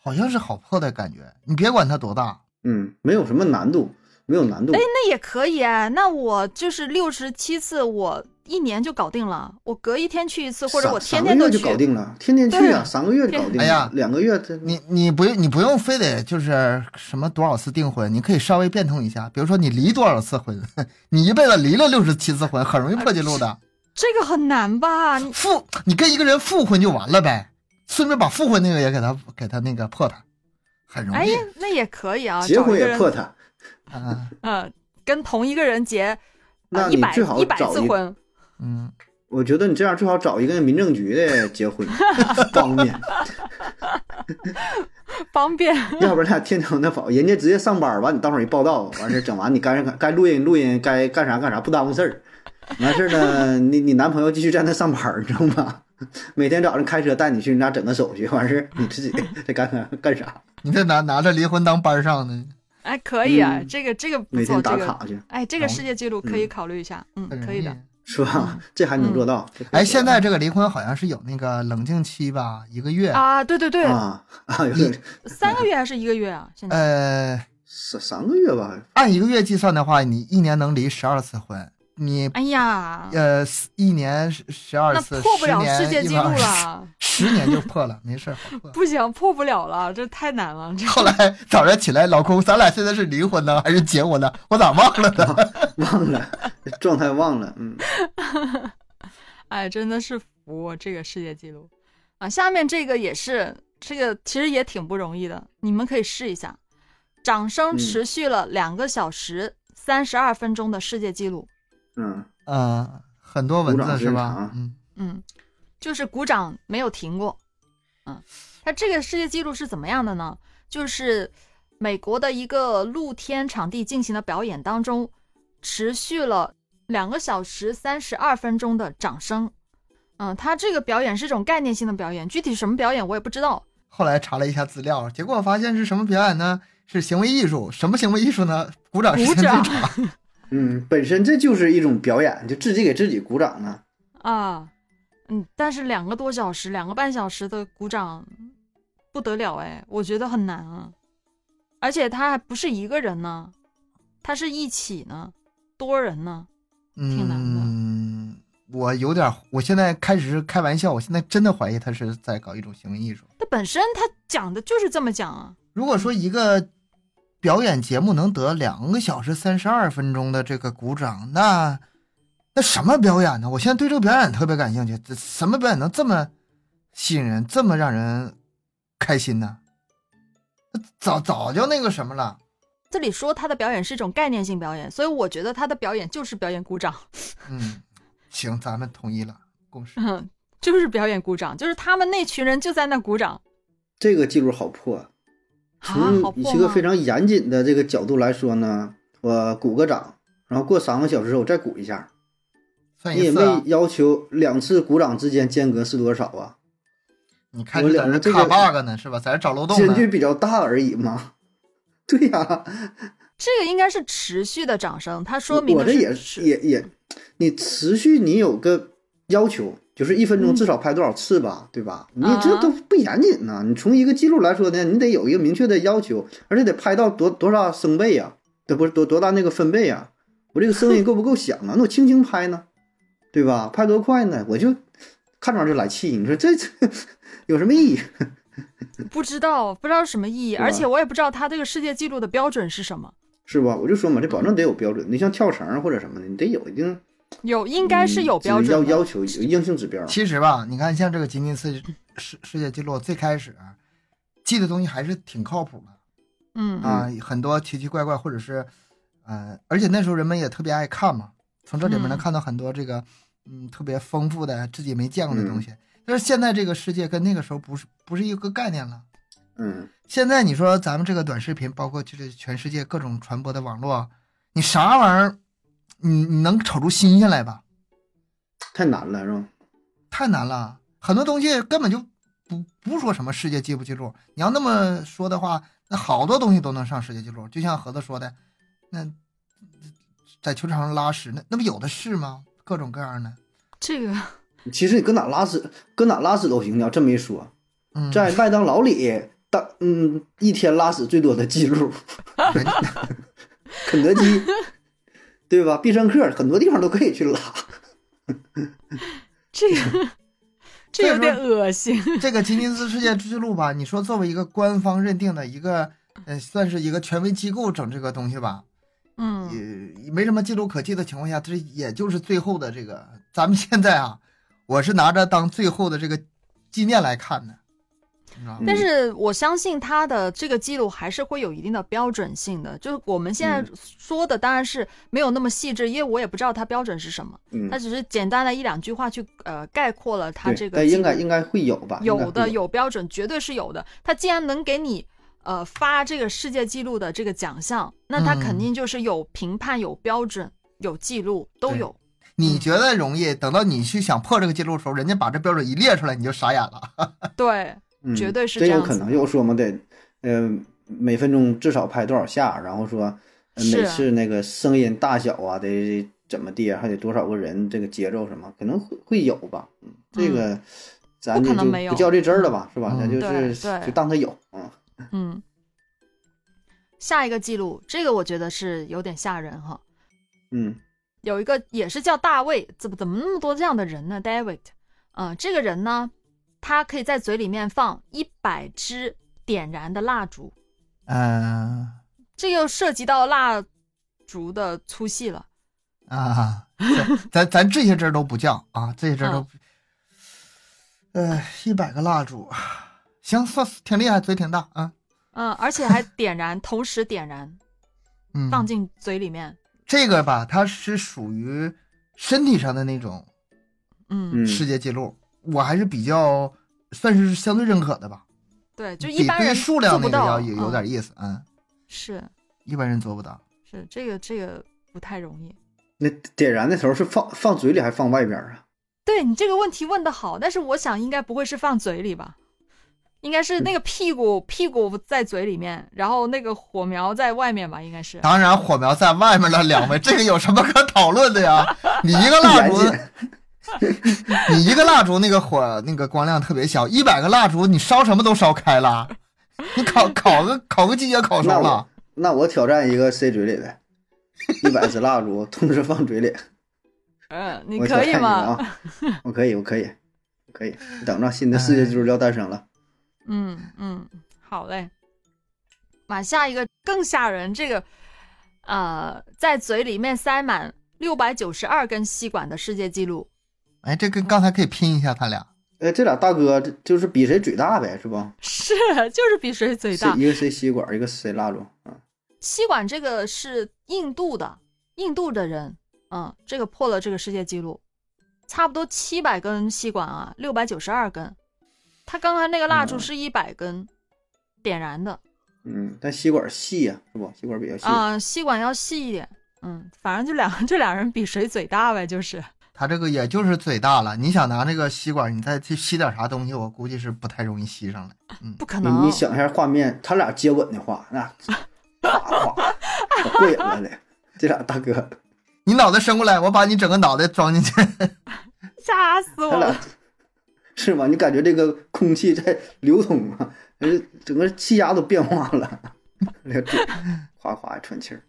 S3: 好像是好破的感觉。你别管它多大，
S2: 嗯，没有什么难度，没有难度
S1: 啊哎，。那也可以哎，那我就是六十七次，我一年就搞定了，我隔一天去一次，或者
S2: 三
S1: 我天
S2: 三
S1: 天
S2: 个
S1: 都
S2: 月
S1: 去
S2: 就。搞定了，天天去
S1: 对
S2: 啊，三个月就搞定了。
S3: 哎呀
S2: 两个月这
S3: 你你不用你不用非得就是什么多少次订婚，你可以稍微变通一下，比如说你离多少次婚， 你一辈子离了六十七次婚，很容易破纪录的。
S1: 这个很难吧？啊你
S3: 复你跟一个人复婚就完了呗，顺便把复婚那个也给他给他那个破他，很容
S1: 哎
S3: 易
S1: 呀。，那也可以啊，
S2: 结
S1: 找
S2: 婚
S1: 一个
S2: 也
S1: 人
S2: 破它。
S3: 啊
S1: 嗯，跟同一个人结呃
S2: 那
S1: 一
S2: 你
S1: 百
S2: 最好
S1: 一百
S2: 找
S1: 次
S2: 一
S1: 婚，
S3: 嗯，
S2: 我觉得你这样最好找一个民政局的 结婚方便，
S1: 方便。
S2: 要不然俩天朝那跑，人家直接上班儿，完你到时候一报道，完事儿整完你该干该录音录音，该干啥干啥，不耽误事儿。完事儿呢，你你男朋友继续在那上班儿，你知道吗？每天早上开车带你去你家整个手续，完事儿你自己 再干干干啥，
S3: 你这拿拿着离婚当班上呢，
S1: 哎，可以啊，
S2: 嗯
S1: 这个这个不
S2: 每
S1: 错，
S2: 天
S1: 这
S2: 打
S1: 个
S2: 卡去，
S1: 哎，这个
S3: 哦
S1: 世界纪录可以考虑一下，嗯，
S3: 很容
S1: 可以
S3: 易
S1: 的。。
S2: 是
S1: 嗯
S2: 吧？这还能做到？这可以
S3: 哎，
S2: 做
S3: 现
S2: 到
S3: 在这个离婚好像是有那个冷静期吧，一个月。
S1: 啊，对对对，
S2: 啊哎啊，有点
S1: 三个月还是一个月啊？现在
S3: 呃，
S2: 三三个月吧，
S3: 按一个月计算的话，你一年能离十二次婚，你
S1: 哎呀，
S3: 呃一年十二
S1: 那
S3: 次，
S1: 破不
S3: 10
S1: 了
S3: 年
S1: 世界纪录
S3: 120
S1: 了，
S3: 十年就破了，没事儿。 好破
S1: 不行，破不了了，这太难了。这
S3: 后来早上起来，老公，咱俩现在是离婚呢还是结婚呢？我咋忘 了呢？
S2: 忘了状态忘了，嗯，
S1: 哎，真的是服这个世界纪录啊！下面这个也是，这个其实也挺不容易的，你们可以试一下。掌声
S2: 嗯
S1: 持续了两个小时三十二分钟的世界纪录，
S2: 嗯，
S3: 嗯，很多蚊子是
S2: 鼓掌
S3: 吧
S2: 鼓掌？
S3: 嗯，
S1: 嗯，就是鼓掌没有停过。嗯，它这个世界纪录是怎么样的呢？就是美国的一个露天场地进行的表演当中，持续了两个小时三十二分钟的掌声。嗯，它这个表演是一种概念性的表演，具体什么表演我也不知道。
S3: 后来查了一下资料，结果发现是什么表演呢？是行为艺术。什么行为艺术呢？鼓掌时
S1: 鼓
S3: 间最
S1: 掌
S3: 长。
S2: 嗯，本身这就是一种表演，就自己给自己鼓掌呢。
S1: 啊，嗯，但是两个多小时、两个半小时的鼓掌不得了哎，我觉得很难啊。而且他还不是一个人呢，他是一起呢，多人呢。挺难的
S3: 嗯，我有点，我现在开始是开玩笑，我现在真的怀疑他是在搞一种行为艺术。
S1: 他本身他讲的就是这么讲啊，
S3: 如果说一个表演节目能得两个小时三十二分钟的这个鼓掌，那那什么表演呢？我现在对这个表演特别感兴趣，这什么表演能这么吸引人，这么让人开心呢？那早早就那个什么了，
S1: 这里说他的表演是一种概念性表演，所以我觉得他的表演就是表演鼓掌，
S3: 嗯，行，咱们统一了共
S2: 嗯
S3: 识。
S1: 就是表演鼓掌，就是他们那群人就在那鼓
S2: 嗯
S1: 掌
S2: 这个记录好破，
S1: 啊，好
S2: 从
S1: 破
S2: 一个
S1: 吗
S2: 非？常严谨的这个角度来说呢，我鼓个掌，然后过三个小时之后我再鼓一下，
S3: 算
S2: 你也
S3: 一次、
S2: 没
S3: 啊，
S2: 要求两次鼓掌之间间隔是多少啊，
S3: 你看
S2: 我
S3: 这在
S2: 两个
S3: 这
S2: 这
S3: 卡
S2: 个
S3: bug 呢是吧？在这找漏洞
S2: 间
S3: 呢。
S2: 距比较大而已嘛。 对呀、
S1: 这个应该是持续的掌声，他说
S2: 我
S1: 明
S2: 我
S1: 的
S2: 这
S1: 是
S2: 也
S1: 持
S2: 也也，你持续你有个要求，就是一分钟至少拍多少次吧，对吧？你这
S1: 嗯啊
S2: 都不严谨呐、你从一个记录来说呢，你得有一个明确的要求，而且得拍到多多少声贝呀、这不是多多大那个分贝呀、我这 个声音够不够响啊？那我轻轻拍呢，对吧？拍多快呢？我就看着就来气，你说这 这有什么意义？
S1: 不知道，不知道什么意义，
S2: 对吧
S1: 而且我也不知道他这个世界纪录的标准是什么。
S2: 是吧？我就说嘛，这保证得有标准。你像跳绳或者什么的，你得有一定
S1: 有应该是有
S2: 嗯
S1: 标
S2: 要
S1: 准的，
S2: 要求，有硬性指标。
S3: 其实吧，你看像这个吉尼斯世世界纪录，最开始记的东西还是挺靠谱的
S1: 嗯
S3: 啊，很多奇奇怪怪，或者是，呃，而且那时候人们也特别爱看嘛，从这里面能
S1: 嗯
S3: 看到很多这个，嗯，特别丰富的自己没见过的东西。
S1: 嗯
S3: 但是现在这个世界跟那个时候不是不是一个概念了。
S2: 嗯。
S3: 现在你说咱们这个短视频，包括就是全世界各种传播的网络，你啥玩意儿，你你能瞅出新鲜来吧？
S2: 太难了，是吧？
S3: 太难了，很多东西根本就不不说什么世界记不记录。你要那么说的话，那好多东西都能上世界纪录。就像盒子说的，那在球场上拉屎，那那不有的是吗？各种各样的。
S1: 这个
S2: 其实你搁哪拉屎，搁哪拉屎都行。你要这么一说，
S3: 嗯，
S2: 在麦当劳里，当嗯一天拉屎最多的记录，
S3: 人
S2: 肯德基，对吧？必胜客很多地方都可以去拉。
S1: 这个这有点恶心。
S3: 这个吉尼斯世界纪录吧， 你说作为一个官方认定的一个，呃，算是一个权威机构整这个东西吧，
S1: 嗯，
S3: 也没什么记录可记的情况下，这也就是最后的这个，咱们现在啊，我是拿着当最后的这个纪念来看的，你知道
S2: 嗯
S3: 吗？
S1: 但是我相信他的这个记录还是会有一定的标准性的。就是我们现在
S2: 嗯
S1: 说的当然是没有那么细致，因为我也不知道它标准是什么，
S2: 嗯
S1: 它，只是简单的一两句话去呃概括了它
S2: 对
S1: 这个
S2: 但
S1: 记录。
S2: 应该应该会有吧？啊应该
S1: 有
S2: 会
S1: 的
S2: 有
S1: 有标准，绝对是有的。他既然能给你呃发这个世界纪录的这个奖项，那他肯
S3: 嗯
S1: 定就是有评判、有标准、有记录都
S3: 对
S1: 有。嗯
S3: 你觉得容易，等到你去想破这个记录的时候，人家把这标准一列出来，你就傻眼了。
S1: 对，
S2: 嗯
S1: 绝对是
S2: 真
S1: 这
S2: 有
S1: 样
S2: 可
S1: 子
S2: 能。
S1: 的
S2: 又说嘛，得，呃，每分钟至少拍多少下，然后说、呃
S1: 是啊
S2: 每次那个声音大小啊，得怎么地啊，还得多少个人，这个节奏什么，可能会会有吧。嗯，这
S1: 嗯
S2: 个咱
S1: 不可
S2: 就
S1: 能没有
S2: 不较这真儿了吧，是吧？
S3: 嗯
S2: 咱就
S1: 对
S2: 是
S1: 对
S2: 就当它有，嗯
S1: 嗯，下一个记录，这个我觉得是有点吓人哈。
S2: 嗯
S1: 有一个也是叫大卫，怎么怎么那么多这样的人呢？David，嗯、呃这个人呢，他可以在嘴里面放一百支点燃的蜡烛，
S3: 嗯、
S1: 呃这又涉及到蜡烛的粗细了。
S3: 啊，咱咱咱这些针儿都不降啊，这些针儿都，呃，一百个蜡烛，行，算是挺厉害，嘴挺大啊，
S1: 嗯，而且还点燃， 同时点燃，
S3: 嗯，
S1: 放进嘴里面。
S3: 这个吧，它是属于身体上的那种
S1: 嗯，
S2: 嗯，
S3: 世界纪录，我还是比较算是相对认可的吧，
S1: 对，就
S3: 比
S1: 一般
S3: 对
S1: 人
S3: 数量
S1: 做
S3: 那
S1: 不到，
S3: 个要有有
S1: 嗯、
S3: 点意思，嗯，
S1: 是
S3: 一般人做不到，
S1: 是，这个这个不太容易。
S2: 那点燃的时候是放放嘴里还是放外边儿啊？
S1: 对你这个问题问的好，但是我想应该不会是放嘴里吧？应该是那
S3: 嗯
S1: 个屁股屁股在嘴里面，然后那个火苗在外面吧？应该是。
S3: 当然火苗在外面了，两位， 这个有什么可讨论的呀？你一个蜡烛
S2: 燃。尽
S3: 你一个蜡烛那个火那个光亮特别小，一百个蜡烛你烧什么都烧开了，你烤 烤个烤个鸡也烤
S2: 那
S3: 熟了
S2: 我。那我挑战一个塞嘴里呗，一百支蜡烛 同时放嘴里。
S1: 嗯、你
S2: 我挑
S1: 可以
S2: 战个
S1: 吗？ 哎
S2: 啊，我可以，我可以，我可以。等着，新的世界纪录要诞生了。
S1: 嗯嗯，好嘞。马下一个更吓人，这个呃，在嘴里面塞满六百九十二根吸管的世界纪录。
S3: 哎，这跟刚才可以拼一下，他俩
S2: 哎，这俩大哥这就是比谁嘴大呗，是不？
S1: 是，啊就是比谁嘴
S2: 谁
S1: 大。
S2: 一个谁吸管，一个谁蜡烛啊？
S1: 吸管这个是印度的，印度的人，嗯，这个破了这个世界纪录，差不多七百根吸管啊，六百九十二根。他刚才那个蜡烛
S2: 嗯
S1: 是一百根点燃的
S2: 嗯，但吸管细呀、是不？吸管比较细。
S1: 啊、吸管要细一点。嗯，反正就两这俩人比谁嘴大呗，就是。
S3: 他这个也就是嘴大了。你想拿那个吸管，你再去吸点啥东西，我估计是不太容易吸上来。
S1: 不可
S2: 你
S1: 能。
S2: 你想一下画面，他俩接吻的话，那哗哗，可过瘾了嘞。这俩大哥，
S3: 你脑袋伸过来，我把你整个脑袋装进去。
S1: 吓死我
S2: 他俩
S1: 了！
S2: 是吧？你感觉这个空气在流通啊，呃整个气压都变化了， 那嘴哗哗喘气儿。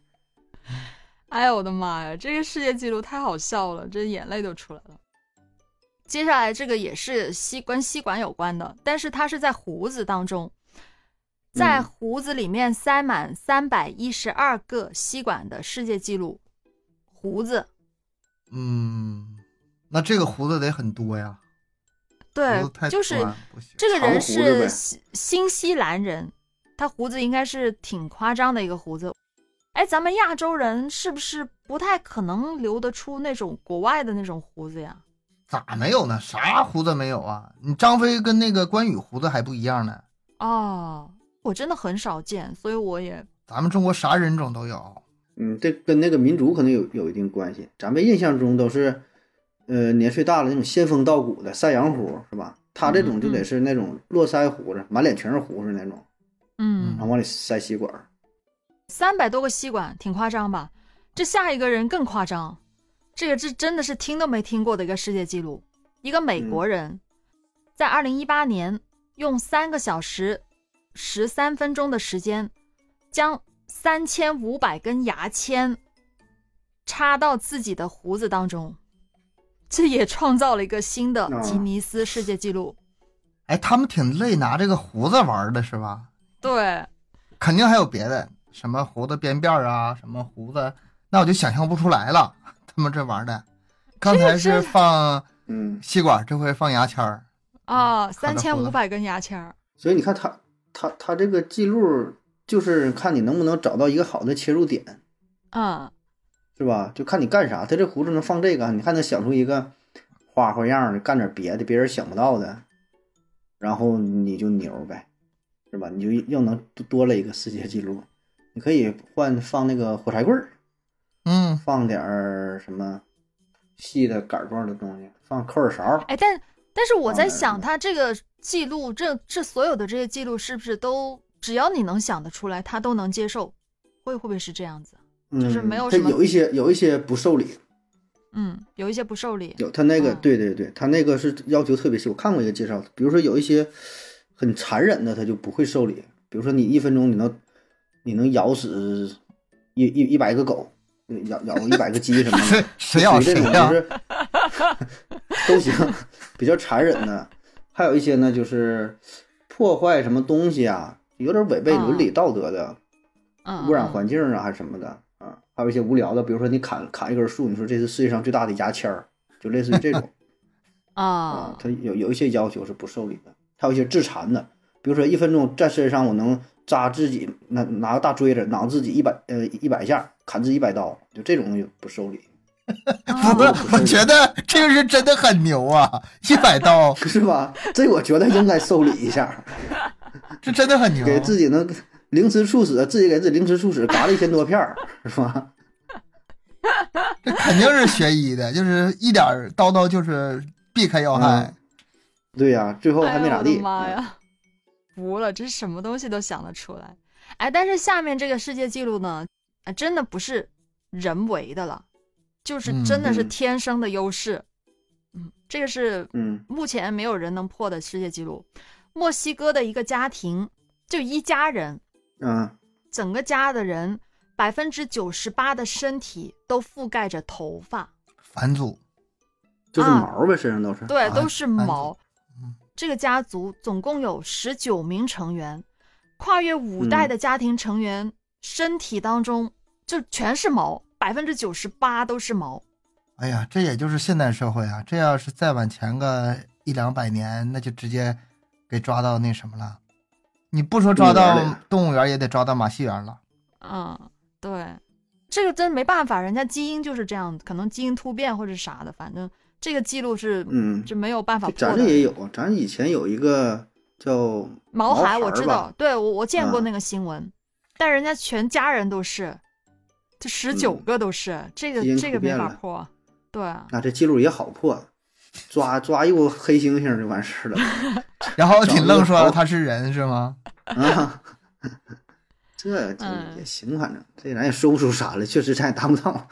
S1: 哎呦我的妈呀，这个世界纪录太好笑了，这眼泪都出来了。接下来这个也是吸跟吸管有关的，但是它是在胡子当中，在
S2: 嗯
S1: 胡子里面塞满三百一十二个吸管的世界纪录。胡子，
S3: 嗯，那这个胡子得很多呀，
S1: 对
S2: 哦
S3: 胡子太，
S1: 就是
S3: 短不行。
S1: 这个人
S2: 长胡子
S1: 是
S2: 呗
S1: 新新西兰人，他胡子应该是挺夸张的一个胡子。哎，咱们亚洲人是不是不太可能留得出那种国外的那种胡子呀？
S3: 咋没有呢？啥胡子没有啊？你张飞跟那个关羽胡子还不一样呢。
S1: 哦，我真的很少见，所以我也
S3: 咱们中国啥人种都有。
S2: 嗯，这跟那个民族可能有有一定关系。咱们印象中都是，呃，年岁大了那种仙风道骨的赛羊胡是吧？他这种就得是那种络腮胡子，满脸全是胡子那种，
S1: 嗯
S2: 然后往里塞吸管儿。
S1: 三百多个吸管，挺夸张吧？这下一个人更夸张，这个这真的是听都没听过的一个世界纪录。一个美国人，在二零一八年用三个小时十三分钟的时间，将三千五百根牙签插到自己的胡子当中，这也创造了一个新的
S2: 啊
S1: 吉尼斯世界纪录。
S3: 哎，他们挺累，拿这个胡子玩的是吧？
S1: 对，
S3: 肯定还有别的，什么胡子编辫儿啊，什么胡子，那我就想象不出来了。他们这玩的，刚才是放
S2: 嗯，
S3: 吸管，这回放牙签儿。
S1: 啊，
S3: 好
S1: 三
S3: 的
S1: 千
S3: 好
S1: 五
S3: 的
S1: 百根牙签儿，
S2: 所以你看他他他这个记录，就是看你能不能找到一个好的切入点，
S1: 嗯，
S2: 是吧？就看你干啥。他这胡子能放这个，你看能想出一个花花样儿的，干点别的，别人想不到的，然后你就牛呗，是吧？你就又能多多了一个世界纪录。你可以换放那个火柴棍儿，
S3: 嗯，
S2: 放点儿什么细的杆状的东西，放扣儿勺儿。
S1: 哎，但但是我在
S2: 放哪儿
S1: 想，
S2: 呢
S1: 他这个记录，这这所有的这些记录，是不是都只要你能想得出来，他都能接受？会会不会是这样子？就是没有
S2: 他
S1: 什么
S2: 嗯有一些有一些不受理，
S1: 嗯，有一些不受理，
S2: 有他那个、
S1: 嗯
S2: 对对对，他那个是要求特别细。我看过一个介绍，比如说有一些很残忍的，他就不会受理。比如说你一分钟你能你能咬死一一一百个狗，呃咬咬一百个鸡什么的，
S3: 谁谁要
S2: 属于这
S3: 谁啊
S2: 种
S3: 呀
S2: 就？是 都行，比较残忍的。还有一些呢，就是破坏什么东西啊，有点违背伦理道德的，
S1: 嗯，
S2: 污染
S1: 嗯
S2: 环境啊，还是什么的啊，还有一些无聊的，比如说你砍砍一根树，你说这是世界上最大的牙签儿，就类似于 这种啊
S1: 啊，，
S2: 它有有一些要求是不受理的，还有一些致残的，比如说一分钟在身上我能扎自己，拿拿个大锥子挠自己一百呃一百下，砍自己一百刀，就这种东西不受理，
S1: 啊
S2: 嗯
S3: 不是， 我觉得这个人真的很牛啊！一百刀，
S2: 是吧？这我觉得应该受理一 下，
S1: 哦
S3: 这真的很牛。
S2: 给自己能凌迟处死，自己给自己凌迟处死，嘎了一千多片儿，是吧？
S3: 这肯定是学医的，就是一点儿叨叨就是避开要害。
S2: 嗯对呀、最后
S1: 哎
S2: 还没
S1: 呀
S2: 咋
S1: 我的
S2: 地。
S1: 妈
S2: 嗯
S1: 呀，服了，这什么东西都想得出来。哎，但是下面这个世界纪录呢，啊，真的不是人为的了，就是真的是
S2: 嗯
S1: 天生的优势。嗯，这个是
S2: 嗯
S1: 目前没有人能破的世界纪录。墨西哥的一个家庭，就一家人，
S2: 嗯，
S1: 整个家的人百分之九十八的身体都覆盖着头发，
S3: 返祖
S2: 就是
S1: 啊
S2: 毛呗，身上都是。
S1: 对，
S3: 啊
S1: 都是
S3: 班
S1: 毛
S3: 嗯。
S1: 这个家族总共有十九名成员，跨越五代
S2: 嗯
S1: 的家庭成员、身体当中就全是毛，百分之九十八都是毛。
S3: 哎呀，这也就是现代社会啊！这要是再往前个一两百年，那就直接给抓到那什么了。你不说抓
S2: 动物园
S3: 到
S2: 里
S3: 动物园，也得抓到马戏园了。
S1: 嗯，对，这个真没办法，人家基因就是这样，可能基因突变或者啥的，反正这个记录是
S2: 嗯，
S1: 就没有办法
S2: 这
S1: 破
S2: 咱这也
S1: 的。
S2: 有，咱以前有一个叫
S1: 毛
S2: 孩，
S1: 孩我知道，，对我我见过
S2: 嗯
S1: 那个新闻，但人家全家人都是，这十九
S2: 嗯
S1: 个都是，这
S2: 基因
S1: 个这
S2: 突
S1: 个没
S2: 变
S1: 法
S2: 了
S1: 破。对啊，
S2: 那、这记录也好破，抓抓一窝黑猩猩就完事儿了
S3: 然后挺愣
S2: 找一
S3: 说
S2: 个
S3: 他是人是吗？
S2: 啊。 这这
S1: 嗯
S2: 也行，反正这咱也说不出啥来，确实咱也达不到。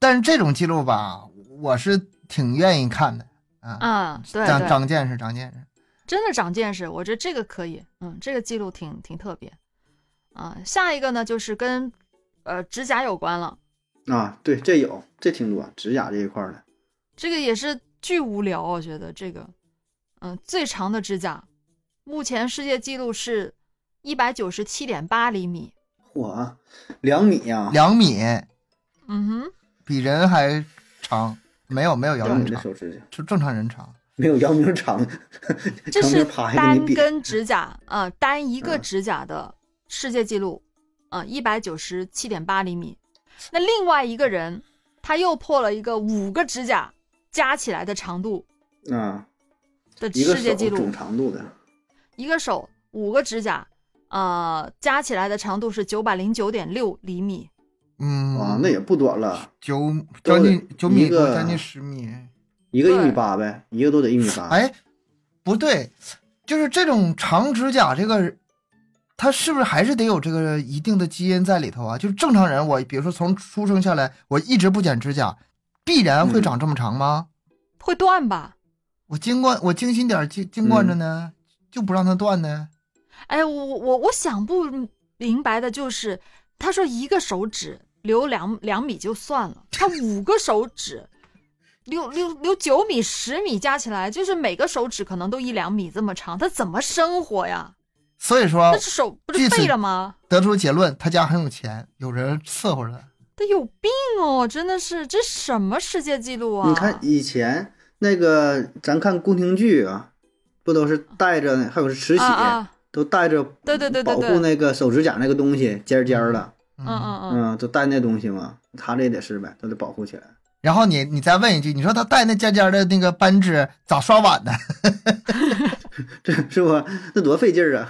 S3: 但是这种记录吧，我是挺愿意看的啊。
S1: 嗯，对
S3: 长
S1: 对，
S3: 长见识，长见识。
S1: 真的长见识，我觉得这个可以，嗯，这个记录挺挺特别，啊、下一个呢就是跟呃指甲有关了，
S2: 啊，对，这有，这挺多，指甲这一块儿的，
S1: 这个也是巨无聊，我觉得这个，嗯、最长的指甲，目前世界纪录是一百九十七点八厘米，
S2: 嚯啊，两米啊呀、
S3: 两米
S1: 嗯哼，
S3: 比人还长，没有没有姚
S2: 两
S3: 明
S2: 米的
S3: 长，
S2: 手指甲，
S3: 就正常人长。
S2: 没有姚明长，
S1: 这
S2: 姚
S1: 是
S2: 明趴下跟
S1: 单
S2: 你比，
S1: 根指甲啊、呃单一个
S2: 嗯
S1: 指甲的世界纪录啊，一百九十七点八厘米。那另外一个人，他又破了一个五个指甲加起来的长度
S2: 啊，
S1: 的
S2: 一个
S1: 世界
S2: 手
S1: 纪录
S2: 总，长度的，
S1: 一个手五个指甲，呃，加起来的长度是九百零九点六厘米。
S3: 嗯，
S2: 哇，啊那也不短了。
S3: 九
S2: 都
S3: 将
S2: 得
S3: 近九米
S2: 一
S3: 多，
S2: 个啊
S3: 将近十米。
S2: 一个一
S1: 对
S2: 米八呗，一个都得一米 八。
S3: 哎，不对，就是这种长指甲，这个它是不是还是得有这个一定的基因在里头啊？就是正常人，我比如说从出生下来，我一直不剪指甲，必然会
S2: 嗯
S3: 长这么长吗？
S1: 会断吧？
S3: 我经过我精心点儿精精
S2: 嗯
S3: 惯着呢，就不让它断呢。
S1: 哎，我我我想不明白的就是，他说一个手指留两两米就算了，他五个手指六六六九米、十米加起来，就是每个手指可能都一两米这么长，他怎么生活呀？
S3: 所以说
S1: 那是手不
S2: 哦
S1: 是
S3: 据此
S1: 废了吗？
S3: 得出结论，他家很有钱，有人伺候着他。
S1: 他有病哦，真的是这什么世界纪录啊？
S2: 你看以前那个，咱看宫廷剧啊，不都是带着，还有是慈禧，
S1: 嗯啊啊，
S2: 都带着
S1: 对对对对
S2: 保护
S1: 对，
S2: 那个手指甲那个东西，尖儿尖儿的，
S1: 嗯嗯嗯，
S2: 嗯，都带那东西嘛。他这也得是呗，都得保护起来。
S3: 然后你你再问一句，你说他带那尖尖的那个扳指咋刷碗呢？
S2: 这是不？那多费劲儿啊！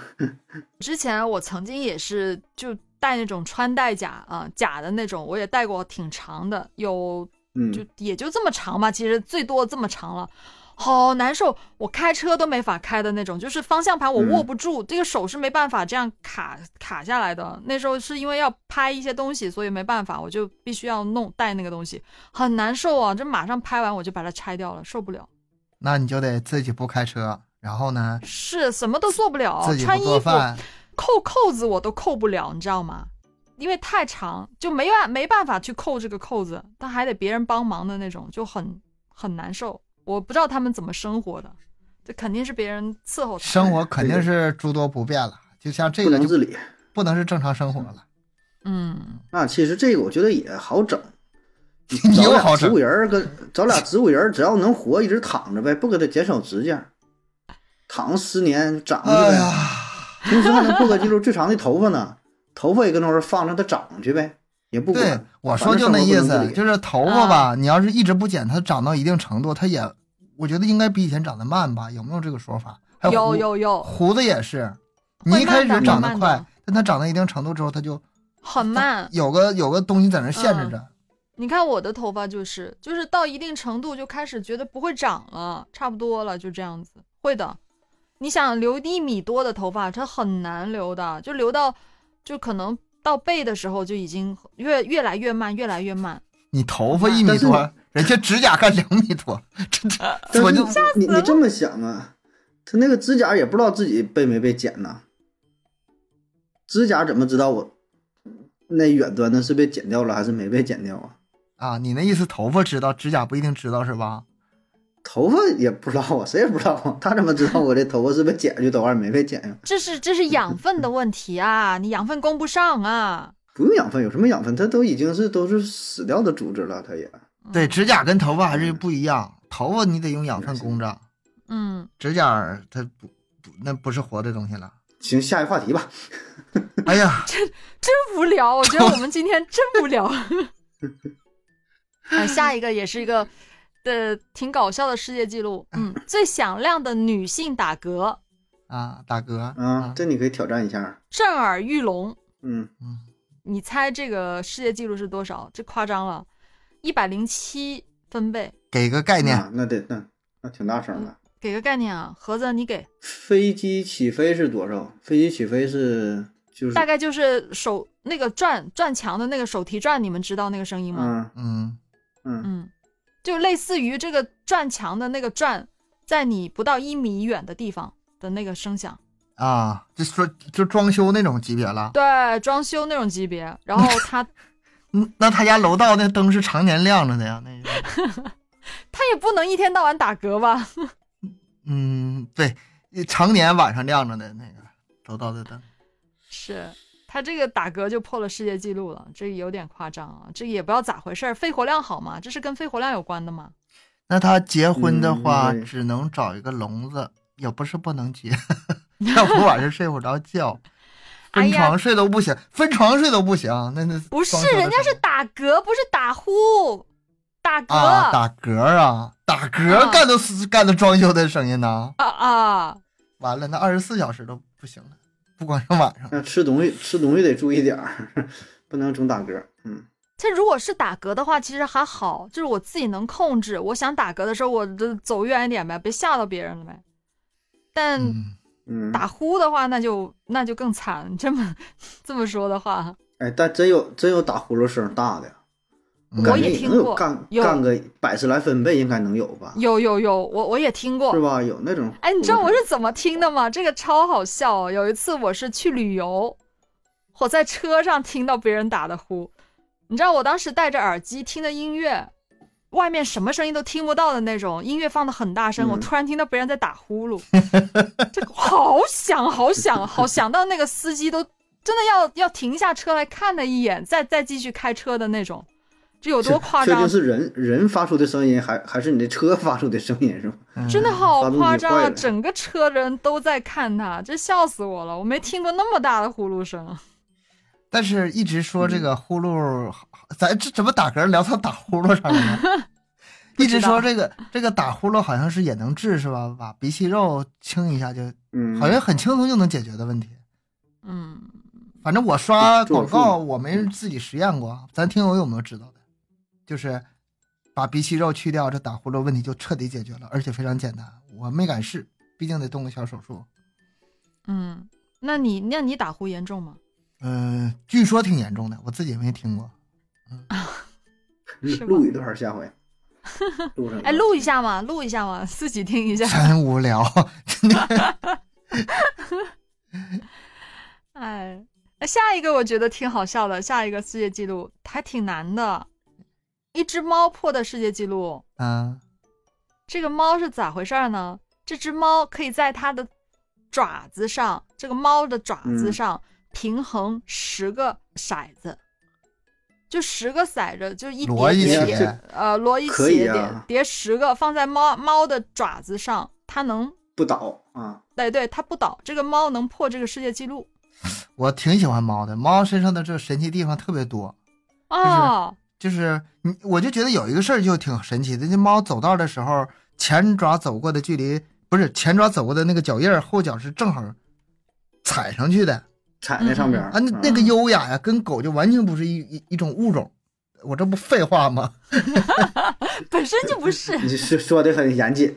S1: 之前我曾经也是就戴那种穿戴甲啊，假的那种，我也戴过挺长的，有就
S2: 嗯，
S1: 也就这么长吧，其实最多这么长了。好难受，我开车都没法开的那种，就是方向盘我握
S3: 嗯
S1: 不住，这个手是没办法这样卡卡下来的。那时候是因为要拍一些东西，所以没办法，我就必须要弄带那个东西，很难受啊！这马上拍完我就把它拆掉了，受不了。
S3: 那你就得自己不开车，然后呢，
S1: 是什么都做不了，
S3: 自己不
S1: 哦穿
S3: 做
S1: 衣服
S3: 饭，
S1: 扣扣子我都扣不了，你知道吗？因为太长，就没办没办法去扣这个扣子，但还得别人帮忙的那种，就很很难受。我不知道他们怎么生活的，这肯定是别人伺候他。
S3: 生活肯定是诸多不便了。就像这
S2: 不
S3: 个
S2: 能
S3: 就
S2: 自理。
S3: 不能是正常生活了，
S1: 嗯，
S2: 那其实这个我觉得也好 整，
S3: 你
S2: 找
S3: 又
S2: 俩
S3: 好
S2: 植
S3: 整
S2: 物。人儿跟找俩植物人儿，只要能活，一直躺着呗，不给他减少指甲，躺十年长去
S3: 哎
S2: 呗。
S3: 呀，
S2: 平时还能破个记录，最长的头发呢， 头发也跟那块儿放着它长去呗，也不
S3: 对
S2: 管。，
S3: 我说就那意思，就是头发
S1: 啊
S3: 吧，你要是一直不剪，它长到一定程度，它也，我觉得应该比以前长得慢吧？有没有这个说法？还
S1: 有
S3: 胡
S1: 有有，
S3: 胡子也是，
S1: 会
S3: 你一开始
S1: 慢的
S3: 长
S1: 慢的
S3: 得快，但它长到一定程度之后，它就
S1: 很慢。
S3: 有个有个东西在那限制
S1: 嗯
S3: 着。
S1: 你看我的头发就是，就是到一定程度就开始觉得不会长了，差不多了，就这样子。会的，你想留一米多的头发，它很难留的，就留到，就可能到背的时候就已经越越来越慢，越来越慢。
S3: 你头
S1: 嗯
S3: 发一米
S2: 但是
S3: 多，人家指甲干两米多， 这这我
S2: 但是
S3: 就
S2: 你你这么想啊，他那个指甲也不知道自己被没被剪呢，指甲怎么知道我那远端的是被剪掉了还是没被剪掉啊？
S3: 啊，你那意思头发知道，指甲不一定知道是吧？
S2: 头发也不知道啊，谁也不知道啊， 他怎么知道我这头发是被剪下去的还是没被剪啊呀？
S1: 这是这是养分的问题啊，你养分供不上啊。
S2: 不用养分，有什么养分？它都已经是都是死掉的组织了，它也
S3: 对，指甲跟头发还是不一样，头发你得用养分供着，
S1: 嗯，
S3: 指甲儿它不不那不是活的东西了。
S2: 行，下一话题吧。
S3: 哎呀，
S1: 真无聊，我觉得我们今天真无聊。呃，下一个也是一个的挺搞笑的世界纪录，嗯，最响亮的女性打嗝，
S3: 啊，大哥
S2: 啊，这你可以挑战一下。
S1: 震耳欲聋。
S2: 嗯，
S3: 嗯，
S1: 你猜这个世界纪录是多少？这夸张了，一百零七分贝。
S3: 给个概念，
S2: 那那得那那挺大声的。
S1: 给个概念啊，盒子你给，
S2: 飞机起飞是多少？飞机起飞是就是
S1: 大概就是手那个转转墙的那个手提转，你们知道那个声音吗？
S2: 嗯
S3: 嗯，
S2: 嗯，
S1: 嗯，就类似于这个转墙的那个转，在你不到一米远的地方的那个声响，
S3: 啊，就说就装修那种级别了。
S1: 对，装修那种级别。然后它
S3: 嗯，那他家楼道那灯是常年亮着的呀，那个。
S1: 它也不能一天到晚打嗝吧？
S3: 嗯，对，常年晚上亮着的那个楼道的灯。
S1: 是。它这个打嗝就破了世界纪录了，这有点夸张啊！这也不知道咋回事儿，肺活量好吗？这是跟肺活量有关的吗？
S3: 那他结婚的话，
S2: 嗯对
S3: 只能找一个聋子，也不是不 能结，要不晚上睡不着觉，
S1: 哎
S3: 分
S1: 呀
S3: 床睡都不行，分床睡都不行。那那
S1: 不是
S3: 装修，的
S1: 人家
S3: 时
S1: 是
S3: 候
S1: 打嗝，不是打呼，打嗝
S3: 啊，打嗝啊，打嗝
S1: 啊
S3: 干的、干的装修的声音呢。
S1: 啊啊
S3: 完了，那二十四小时都不行了，不光是晚上。
S2: 那吃东西吃东西得注意点儿， 不能总打嗝。嗯，
S1: 这如果是打嗝的话，其实还好，就是我自己能控制。我想打嗝的时候，我就走远一点呗，别吓到别人了呗。但
S3: 嗯，
S2: 嗯，
S1: 打呼的话，那就那就更惨。这么 这么说的话，
S2: 哎，但真有真有打呼噜声大的，
S3: 嗯
S2: 感觉
S1: 也
S2: 也
S1: 听
S2: 能有
S1: 过
S2: 干
S1: 有
S2: 干个百十来分贝，应该能有吧？
S1: 有有有，我我也听过
S2: 是。吧？有那种。
S1: 哎，你知道我是怎么听的吗？这个超好笑哦、有一次我是去旅游，我在车上听到别人打的呼，你知道我当时戴着耳机听的音乐，外面什么声音都听不到的那种，音乐放的很大声，我
S2: 嗯
S1: 突然听到别人在打呼噜， 这个好响好响好响到那个司机都真的要要停下车来看了一眼，再再继续开车的那种，这有多夸
S2: 确
S1: 张
S2: 定？是人人发出的声音，还还是你的车发出的声音是吗？
S3: 嗯
S1: 真的好
S2: 发动机
S1: 夸张
S2: 坏
S1: 啊！
S2: 了
S1: 整个车人都在看他，这笑死我了！我没听过那么大的呼噜声。
S3: 但是一直说这个呼噜，咱这怎么打嗝聊到打呼噜上了呢？一直说这个这个打呼噜好像是也能治是吧？把鼻息肉清一下就，
S2: 嗯，
S3: 好像很轻松就能解决的问题。
S1: 嗯，
S3: 反正我刷
S2: 做
S3: 广告
S2: 手术
S3: 我没自己实验过，咱听友有没有知道的？就是把鼻息肉去掉，这打呼噜问题就彻底解决了，而且非常简单。我没敢试，毕竟得动个小手术。
S1: 嗯，那你那你打呼严重吗？
S3: 嗯、据说挺严重的，我自己也没听过。
S1: 是吧
S2: 录一段儿 下回，录上一段儿。
S1: 哎，录一下嘛，录一下嘛， 自己听 一下。
S3: 真无聊，
S1: 哎，那下一个我觉得挺好笑的，下一个世界纪录还挺难的，一只猫破的世界纪录。
S3: 嗯
S1: 这个猫是咋回事儿呢？这只猫可以在它的爪子上，这个猫的爪
S3: 嗯
S1: 子上平衡十个骰子，就十个骰子，就一
S3: 摞
S1: 叠
S3: 一
S1: 叠
S3: 起
S1: 叠，呃，摞一
S2: 可
S1: 起
S2: 以
S1: 叠、
S2: 啊
S1: 叠十个，放在猫猫的爪子上，它能，
S2: 不倒啊，
S1: 哎，对，它不倒，这个猫能破这个世界纪录
S3: 我挺喜欢猫的，猫身上的这神奇地方特别多，
S1: 哦，
S3: 就是你我就觉得有一个事儿就挺神奇的，这猫走道的时候，前爪走过的距离不是前爪走过的那个脚印儿，后脚是正好踩上去的
S2: 踩在上边儿，
S3: 啊，那那个优雅呀，跟狗就完全不是一一一种物种，我这不废话吗？
S1: 本身就不是
S2: 你是说的很严谨，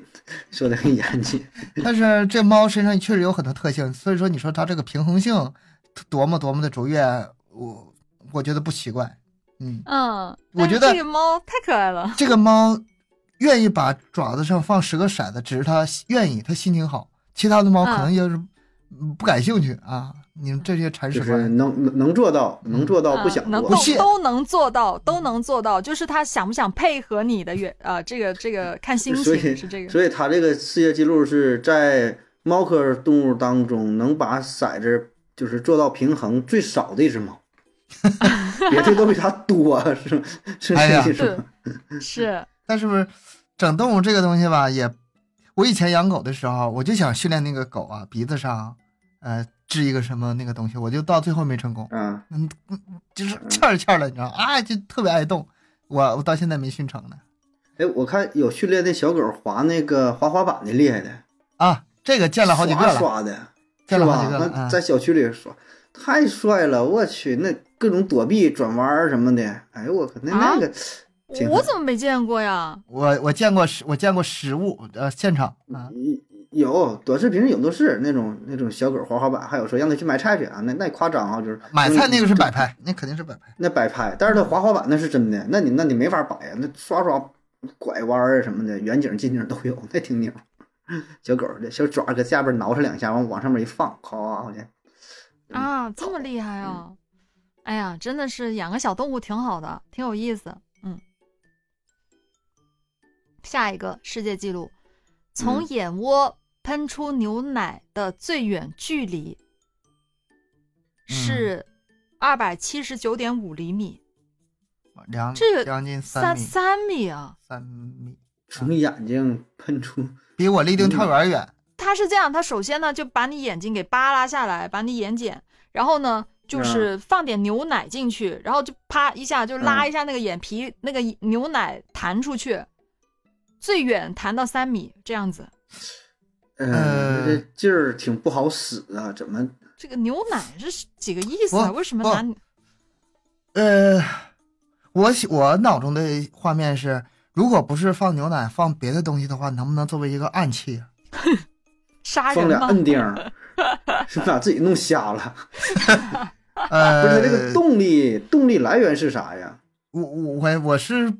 S2: 说的很严谨。
S3: 但是这猫身上确实有很多特性，所以说你说它这个平衡性多么多么的卓越，我我觉得不奇怪，嗯。
S1: 嗯，
S3: 我觉得
S1: 但是这个猫太可爱了，
S3: 这个猫愿意把爪子上放十个骰子，只是它愿意，它心情好。其他的猫可能就是嗯不感兴趣啊。你们这些铲屎
S2: 就
S3: 官
S2: 是，能能能做到，能做到不
S1: 嗯
S2: 想嗯
S1: 能
S2: 做
S1: 够
S3: 不，屑
S1: 都能做到，都能做到，就是他想不想配合你的原啊、这个这 个看心
S2: 所
S1: 情
S2: 以
S1: 是这个，
S2: 所以它这个世界纪录是在猫科动物当中能把骰子就是做到平衡最少的一只 猫，别的都比它多，是是
S3: 哎呀
S2: 这意思
S1: 是
S2: 吗？
S1: 是，
S3: 但是不是整动物这个东西吧？也，我以前养狗的时候，我就想训练那个狗啊，鼻子上呃治一个什么那个东西，我就到最后没成功，
S2: 啊，
S3: 嗯，嗯就是欠儿欠儿了，你知道吗啊，就特别爱动。我我到现在没训成呢
S2: 哎，我看有训练那小狗滑那个滑滑板的厉害的，
S3: 啊，这个见了好几个
S2: 刷
S3: 了，
S2: 刷的，是
S3: 见了
S2: 吧
S3: 好几？个了
S2: 那
S3: 啊
S2: 在。小区里耍，太帅了！我去，那各种躲避、转弯儿什么的，哎呦我靠，那
S1: 啊
S2: 那个 挺
S1: 我怎么没见过呀？
S3: 我我见过实我见过实物呃现场
S2: 嗯
S3: 啊，
S2: 有短视频有都是那种那种小狗滑滑板，还有说让它去买菜去啊，那那夸张啊，就是
S3: 买菜那个是摆拍，那肯定是摆拍。
S2: 那摆拍，但是它滑滑板那是真的，那你那你没法摆呀，那刷刷拐弯儿啊什么的，远景近景都有，那挺牛。小狗的小爪搁下边挠它两下，往往上面一放，夸我去。嗯
S1: 啊，这么厉害啊！哎呀，真的是养个小动物挺好的，挺有意思。嗯，下一个世界纪录，从
S2: 嗯
S1: 眼窝喷出牛奶的最远距离
S2: 嗯
S1: 是二百七十九点五厘米，
S3: 两
S1: 这个
S3: 将近
S1: 三
S3: 三米，
S1: 三米啊！
S3: 三米
S2: 从眼睛喷出，
S3: 比我立定跳远远。
S1: 它是这样，它首先呢就把你眼睛给扒拉下来，把你眼睑，然后呢
S2: 嗯
S1: 就是放点牛奶进去，然后就啪一下就
S2: 嗯
S1: 拉一下那个眼皮，那个牛奶弹出去，最远弹到三米这样子。
S2: 呃，
S3: 呃
S2: 这劲儿挺不好使啊，怎么
S1: 这个牛奶是几个意思啊？
S3: 不
S1: 为什么
S3: 不
S1: 拿
S3: 呃，我喜我脑中的画面是，如果不是放牛奶，放别的东西的话，能不能作为一个暗器？
S1: 杀人
S2: 放俩
S1: 吗？
S2: 摁钉儿，是把自己弄瞎了？不
S3: 呃，
S2: 是，它这个动力动力来源是啥呀？
S3: 我我我我是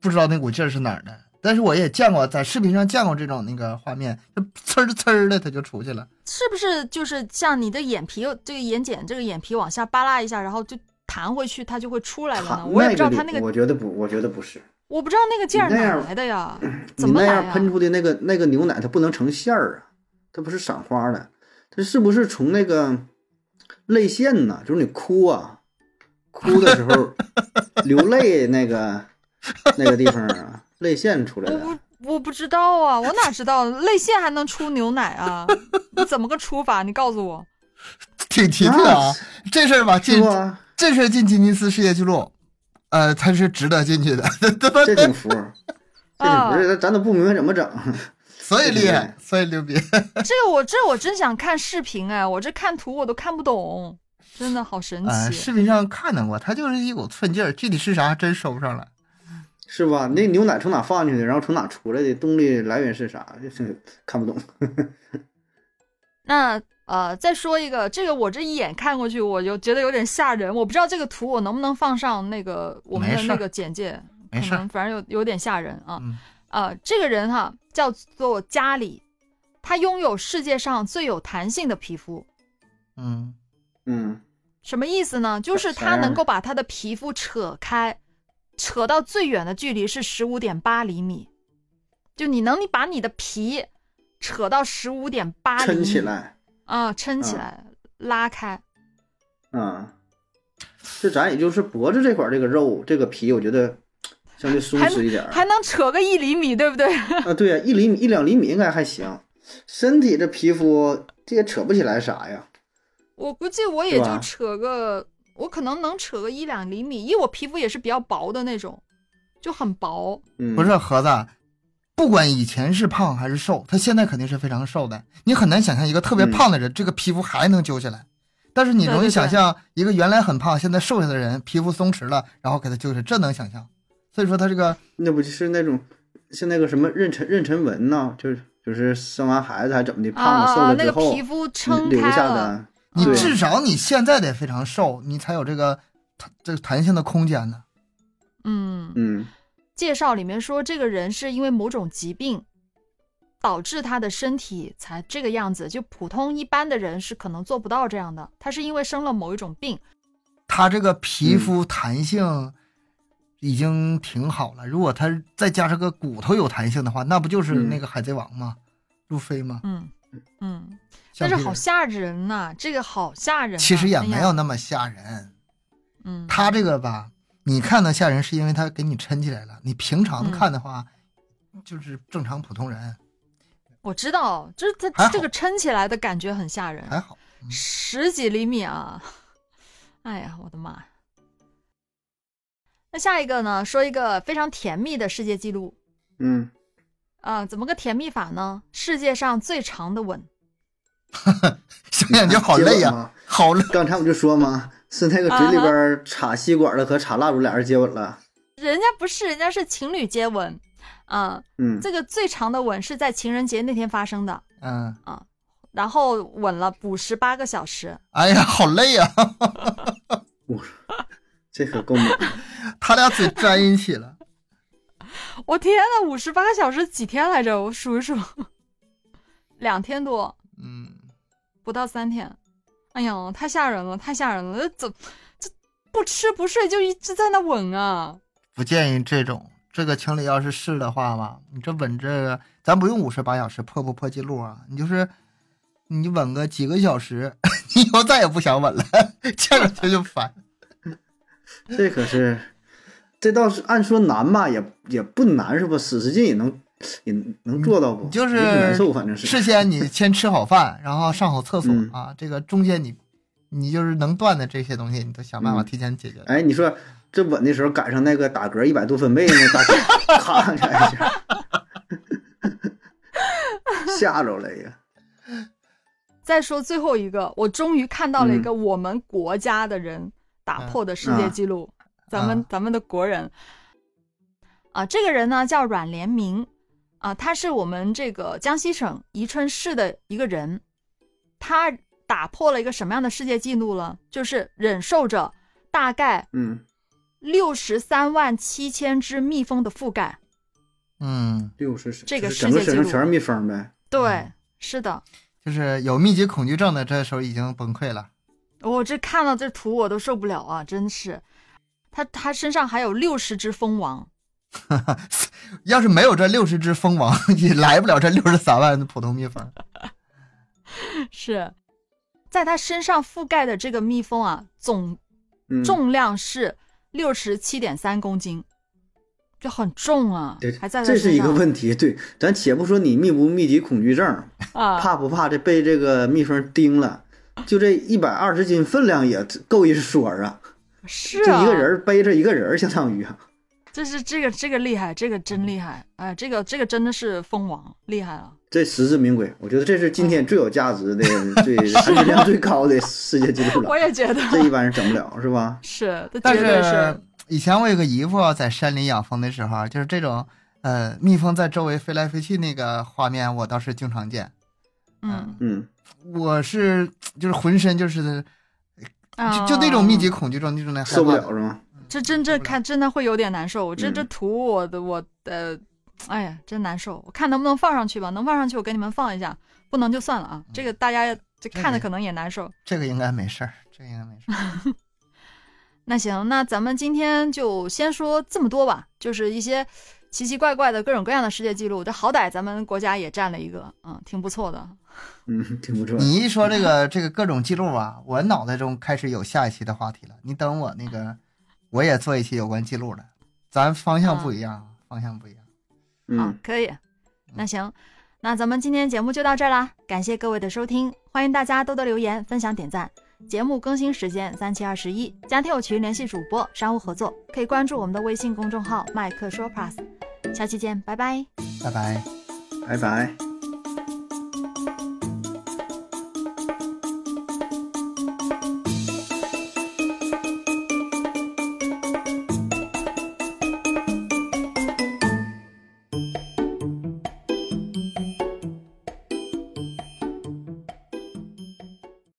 S3: 不知道那股劲儿是哪儿的，但是我也见过，在视频上见过这种那个画面，就呲儿呲儿的它就出去了。
S1: 是不是就是像你的眼皮这个眼睑这个眼皮往下扒拉一下，然后就弹回去，它就会出来了
S2: 它
S1: 呢？我也不知道
S2: 个
S1: 它
S2: 力
S1: 那个
S2: 我觉得不，我觉得不是，
S1: 我不知道那个劲儿
S2: 你那
S1: 哪
S2: 样
S1: 来的呀，怎
S2: 你
S1: 么
S2: 那
S1: 来啊
S2: 样
S1: 呀？
S2: 喷出的那个那个牛奶，它不能成馅儿啊，它不是散花的，它是不是从那个泪腺呐？就是你哭啊，哭的时 候流泪那个那个地方啊，泪腺出来
S1: 我
S2: 的。
S1: 不我不知道啊，我哪知道泪腺还能出牛奶啊？你怎么个出法？你告诉我。
S3: 挺奇特啊，这事儿吧，
S2: 是
S3: 进
S2: 不啊？
S3: 这事儿进吉尼斯世界纪录，呃，它是值得进去的，
S2: 这挺服，这挺
S1: 啊
S2: 服，这咱都不明白怎么整。
S3: 所以厉害，所以牛 逼。
S1: 这个我这我真想看视频哎，我这看图我都看不懂，真的好神
S3: 呃，
S1: 奇。
S3: 视频上看到过，它就是一股寸劲儿，具体是啥还真说不上来。
S2: 是吧？那牛奶从哪放进去的？然后从哪出来的？动力来源是啥？就是看不懂。
S1: 那呃，再说一个，这个我这一眼看过去，我就觉得有点吓人。我不知道这个图我能不能放上那个我们
S3: 没
S1: 的
S3: 事
S1: 那
S3: 儿
S1: 个简介，
S3: 没事
S1: 可
S3: 儿
S1: 能，反正有有点吓人啊。
S3: 嗯
S1: 呃，这个人哈叫做加里，他拥有世界上最有弹性的皮肤。
S3: 嗯，
S2: 嗯，
S1: 什么意思呢？就是
S2: 啥啥
S1: 他
S2: 样
S1: 能够把他的皮肤扯开，扯到最远的距离是十五点八厘米。就你能，你把你的皮扯到十五点八厘
S2: 抻
S1: 米
S2: 起来，
S1: 啊，撑起
S2: 嗯
S1: 来，拉开。
S2: 嗯，就咱也就是脖子这块儿这个肉这个皮，我觉得相对舒适一点儿
S1: 还能扯个一厘米，对不对？
S2: 啊。对啊，一厘米一两厘米应该还行，身体这皮肤这也扯不起来啥呀。
S1: 我估计我也
S2: 对
S1: 就
S2: 吧
S1: 扯个，我可能能扯个一两厘米，因为我皮肤也是比较薄的那种，就很薄。
S2: 嗯，
S3: 不是盒子，不管以前是胖还是瘦，他现在肯定是非常瘦的。你很难想象一个特别
S2: 嗯
S3: 胖的人，这个皮肤还能揪起来。但是你
S1: 对
S3: 容易
S1: 对
S3: 想
S1: 对
S3: 象一个原来很胖，现在瘦下的人，皮肤松弛了，然后给他揪起来，这能想象。所以说他这个
S2: 那不就是那种像那个什么妊娠妊娠纹呐，就是就是生完孩子还怎么的，
S1: 啊
S2: 胖了
S1: 啊
S2: 瘦
S1: 啊！
S2: 了
S1: 那
S2: 之
S1: 个
S2: 后
S1: 皮肤撑
S2: 留
S1: 开
S2: 下
S1: 了，
S2: 的。
S3: 你
S2: 对
S3: 至少你现在得非常瘦，你才有这个弹这个弹性的空间呢。
S1: 嗯。
S2: 嗯
S1: 介绍里面说，这个人是因为某种疾病导致他的身体才这个样子，就普通一般的人是可能做不到这样的。他是因为生了某一种病，
S3: 他这个皮肤
S2: 嗯
S3: 弹性已经挺好了，如果他再加上个骨头有弹性的话，那不就是
S2: 嗯
S3: 那个海贼王吗？路飞吗？
S1: 嗯嗯，
S3: 橡
S1: 但是
S3: 皮
S1: 好
S3: 人
S1: 吓人呐、这个好吓人、啊。
S3: 其实也
S1: 哎呀
S3: 没有那么吓人。
S1: 嗯，
S3: 他这个吧，你看到吓人是因为他给你抻起来了，你平常
S1: 嗯
S3: 看的话，就是正常普通人
S1: 嗯我知道，就是他
S3: 还好
S1: 这个撑起来的感觉很吓人，
S3: 还好。
S1: 十几厘米啊！ 哎呀，我的妈！那下一个呢？说一个非常甜蜜的世界纪录，
S2: 嗯，
S1: 啊，怎么个甜蜜法呢？世界上最长的吻，
S3: 想 想就好累呀、
S2: 啊接吻吗
S3: 好累。
S2: 刚才我就说嘛，是那个嘴
S1: 啊
S2: 里边儿插吸管了和插蜡烛俩人接吻了。
S1: 人家不是，人家是情侣接吻，啊，
S2: 嗯，
S1: 这个最长的吻是在情人节那天发生的，
S3: 嗯，
S1: 然后吻了五十八个小时，
S3: 哎呀，好累呀、
S2: 这可够猛的。
S3: 他俩嘴粘一起了。
S1: 我天呐，五十八个小时几天来着？我数一数， 两天多，
S3: 嗯，
S1: 不到三天，哎呀，太吓人了，太吓人了，这怎这不吃不睡就一直在那吻啊？
S3: 不建议这种。这个情侣要是试的话吧，你这吻这个，咱不用五十八小时破不破纪录啊，你就是你吻个几个小时， 你以后再也不想吻了，见着他就烦。
S2: 这可是，这倒是按说难吧，也也不难是吧？使使劲也能也能做到不？
S3: 嗯就是
S2: 也不难受，反正
S3: 事
S2: 是。
S3: 先你先吃好饭，然后上好厕所、
S2: 嗯
S3: 啊，这个中间你你就是能断的这些东西，你都想办法
S2: 嗯
S3: 提前解决。
S2: 哎，你说这吻的时候赶上那个打嗝一百度分贝 那大姐，咔一下一下， 吓着了呀！
S1: 再说最后一个，我终于看到了一个我们国家的人打破的世界纪录，咱们、
S3: 啊
S1: 咱们的国人啊，这个人呢叫阮连明啊，他是我们这个江西省宜春市的一个人，他打破了一个什么样的世界纪录呢？就是忍受着大概
S2: 嗯，
S1: 六十三万七千只蜜蜂的覆盖，
S3: 嗯，
S2: 六十是
S1: 这个
S2: 就是整个
S1: 世界纪录
S2: 身上全是蜜蜂呗。
S1: 对，
S3: 嗯
S1: 是的，
S3: 就是有密集恐惧症的，这时候已经崩溃了。
S1: 我这看到这图我都受不了啊！真是，他他身上还有六十只蜂王，
S3: 要是没有这六十只蜂王， 也来不了这六十三万普通蜜蜂。
S1: 是在它身上覆盖的这个蜜蜂啊，总
S2: 嗯，
S1: 重量是六十七点三公斤，就很重啊
S2: 对，，
S1: 还在它
S2: 这是
S1: 身
S2: 一个
S1: 上
S2: 问题。对，咱且不说你密不密集恐惧症，
S1: 啊，
S2: 怕不怕这被这个蜜蜂叮了，就这一百二十斤分量也够一说啊，
S1: 是
S2: 就
S1: 啊，
S2: 一个人儿背着一个人儿，相当于啊。
S1: 这是这个这个厉害，这个真厉害，哎，这个这个真的是蜂王厉害啊了，
S2: 这实至名归，我觉得这是今天最有价值的、最含金量最高的世界纪录
S1: 啊我
S2: 了。
S1: 也觉得
S2: 这一般人整不了，是吧？
S1: 是，这
S3: 但
S1: 绝对是
S3: 以前我有个姨父在山里养蜂的时候，就是这种呃蜜蜂在周围飞来飞去那个画面，我倒是经常见。
S1: 嗯，
S2: 嗯，
S3: 我是就是浑身就是
S1: 嗯啊
S3: 就就那种密集恐惧症，那种那害
S2: 受不
S3: 怕
S2: 了是吗？
S1: 哦这真
S3: 受
S1: 正
S3: 不了
S1: 看真的会有点难受。我这
S2: 嗯
S1: 这图我的我的，哎呀，真难受。我看能不能放上去吧，能放上去我给你们放一下，不能就算了
S3: 嗯
S1: 啊。这个大家这
S3: 这
S1: 看的
S3: 个
S1: 可能也难受。
S3: 这个应该没事儿，这个应该没事儿。
S1: 那行，那咱们今天就先说这么多吧，就是一些奇奇怪怪的各种各样的世界纪录。这好歹咱们国家也占了一个，嗯，挺不错的。
S2: 嗯，挺不错。
S3: 你一说这个这个各种记录啊，我脑袋中开始有下一期的话题了。你等我那个，我也做一期有关记录的，咱方
S1: 嗯
S3: 向不一样，啊、方向不一样。
S1: 好
S2: 嗯，，
S1: 可以。那行，那咱们今天节目就到这儿啦，感谢各位的收听，欢迎大家多多留言、分享、点赞。节目更新时间三七二十一，加听友群联系主播，商务合作可以关注我们的微信公众号“麦克说 Plus”。下期见，拜拜。
S3: 拜拜。
S2: 拜拜。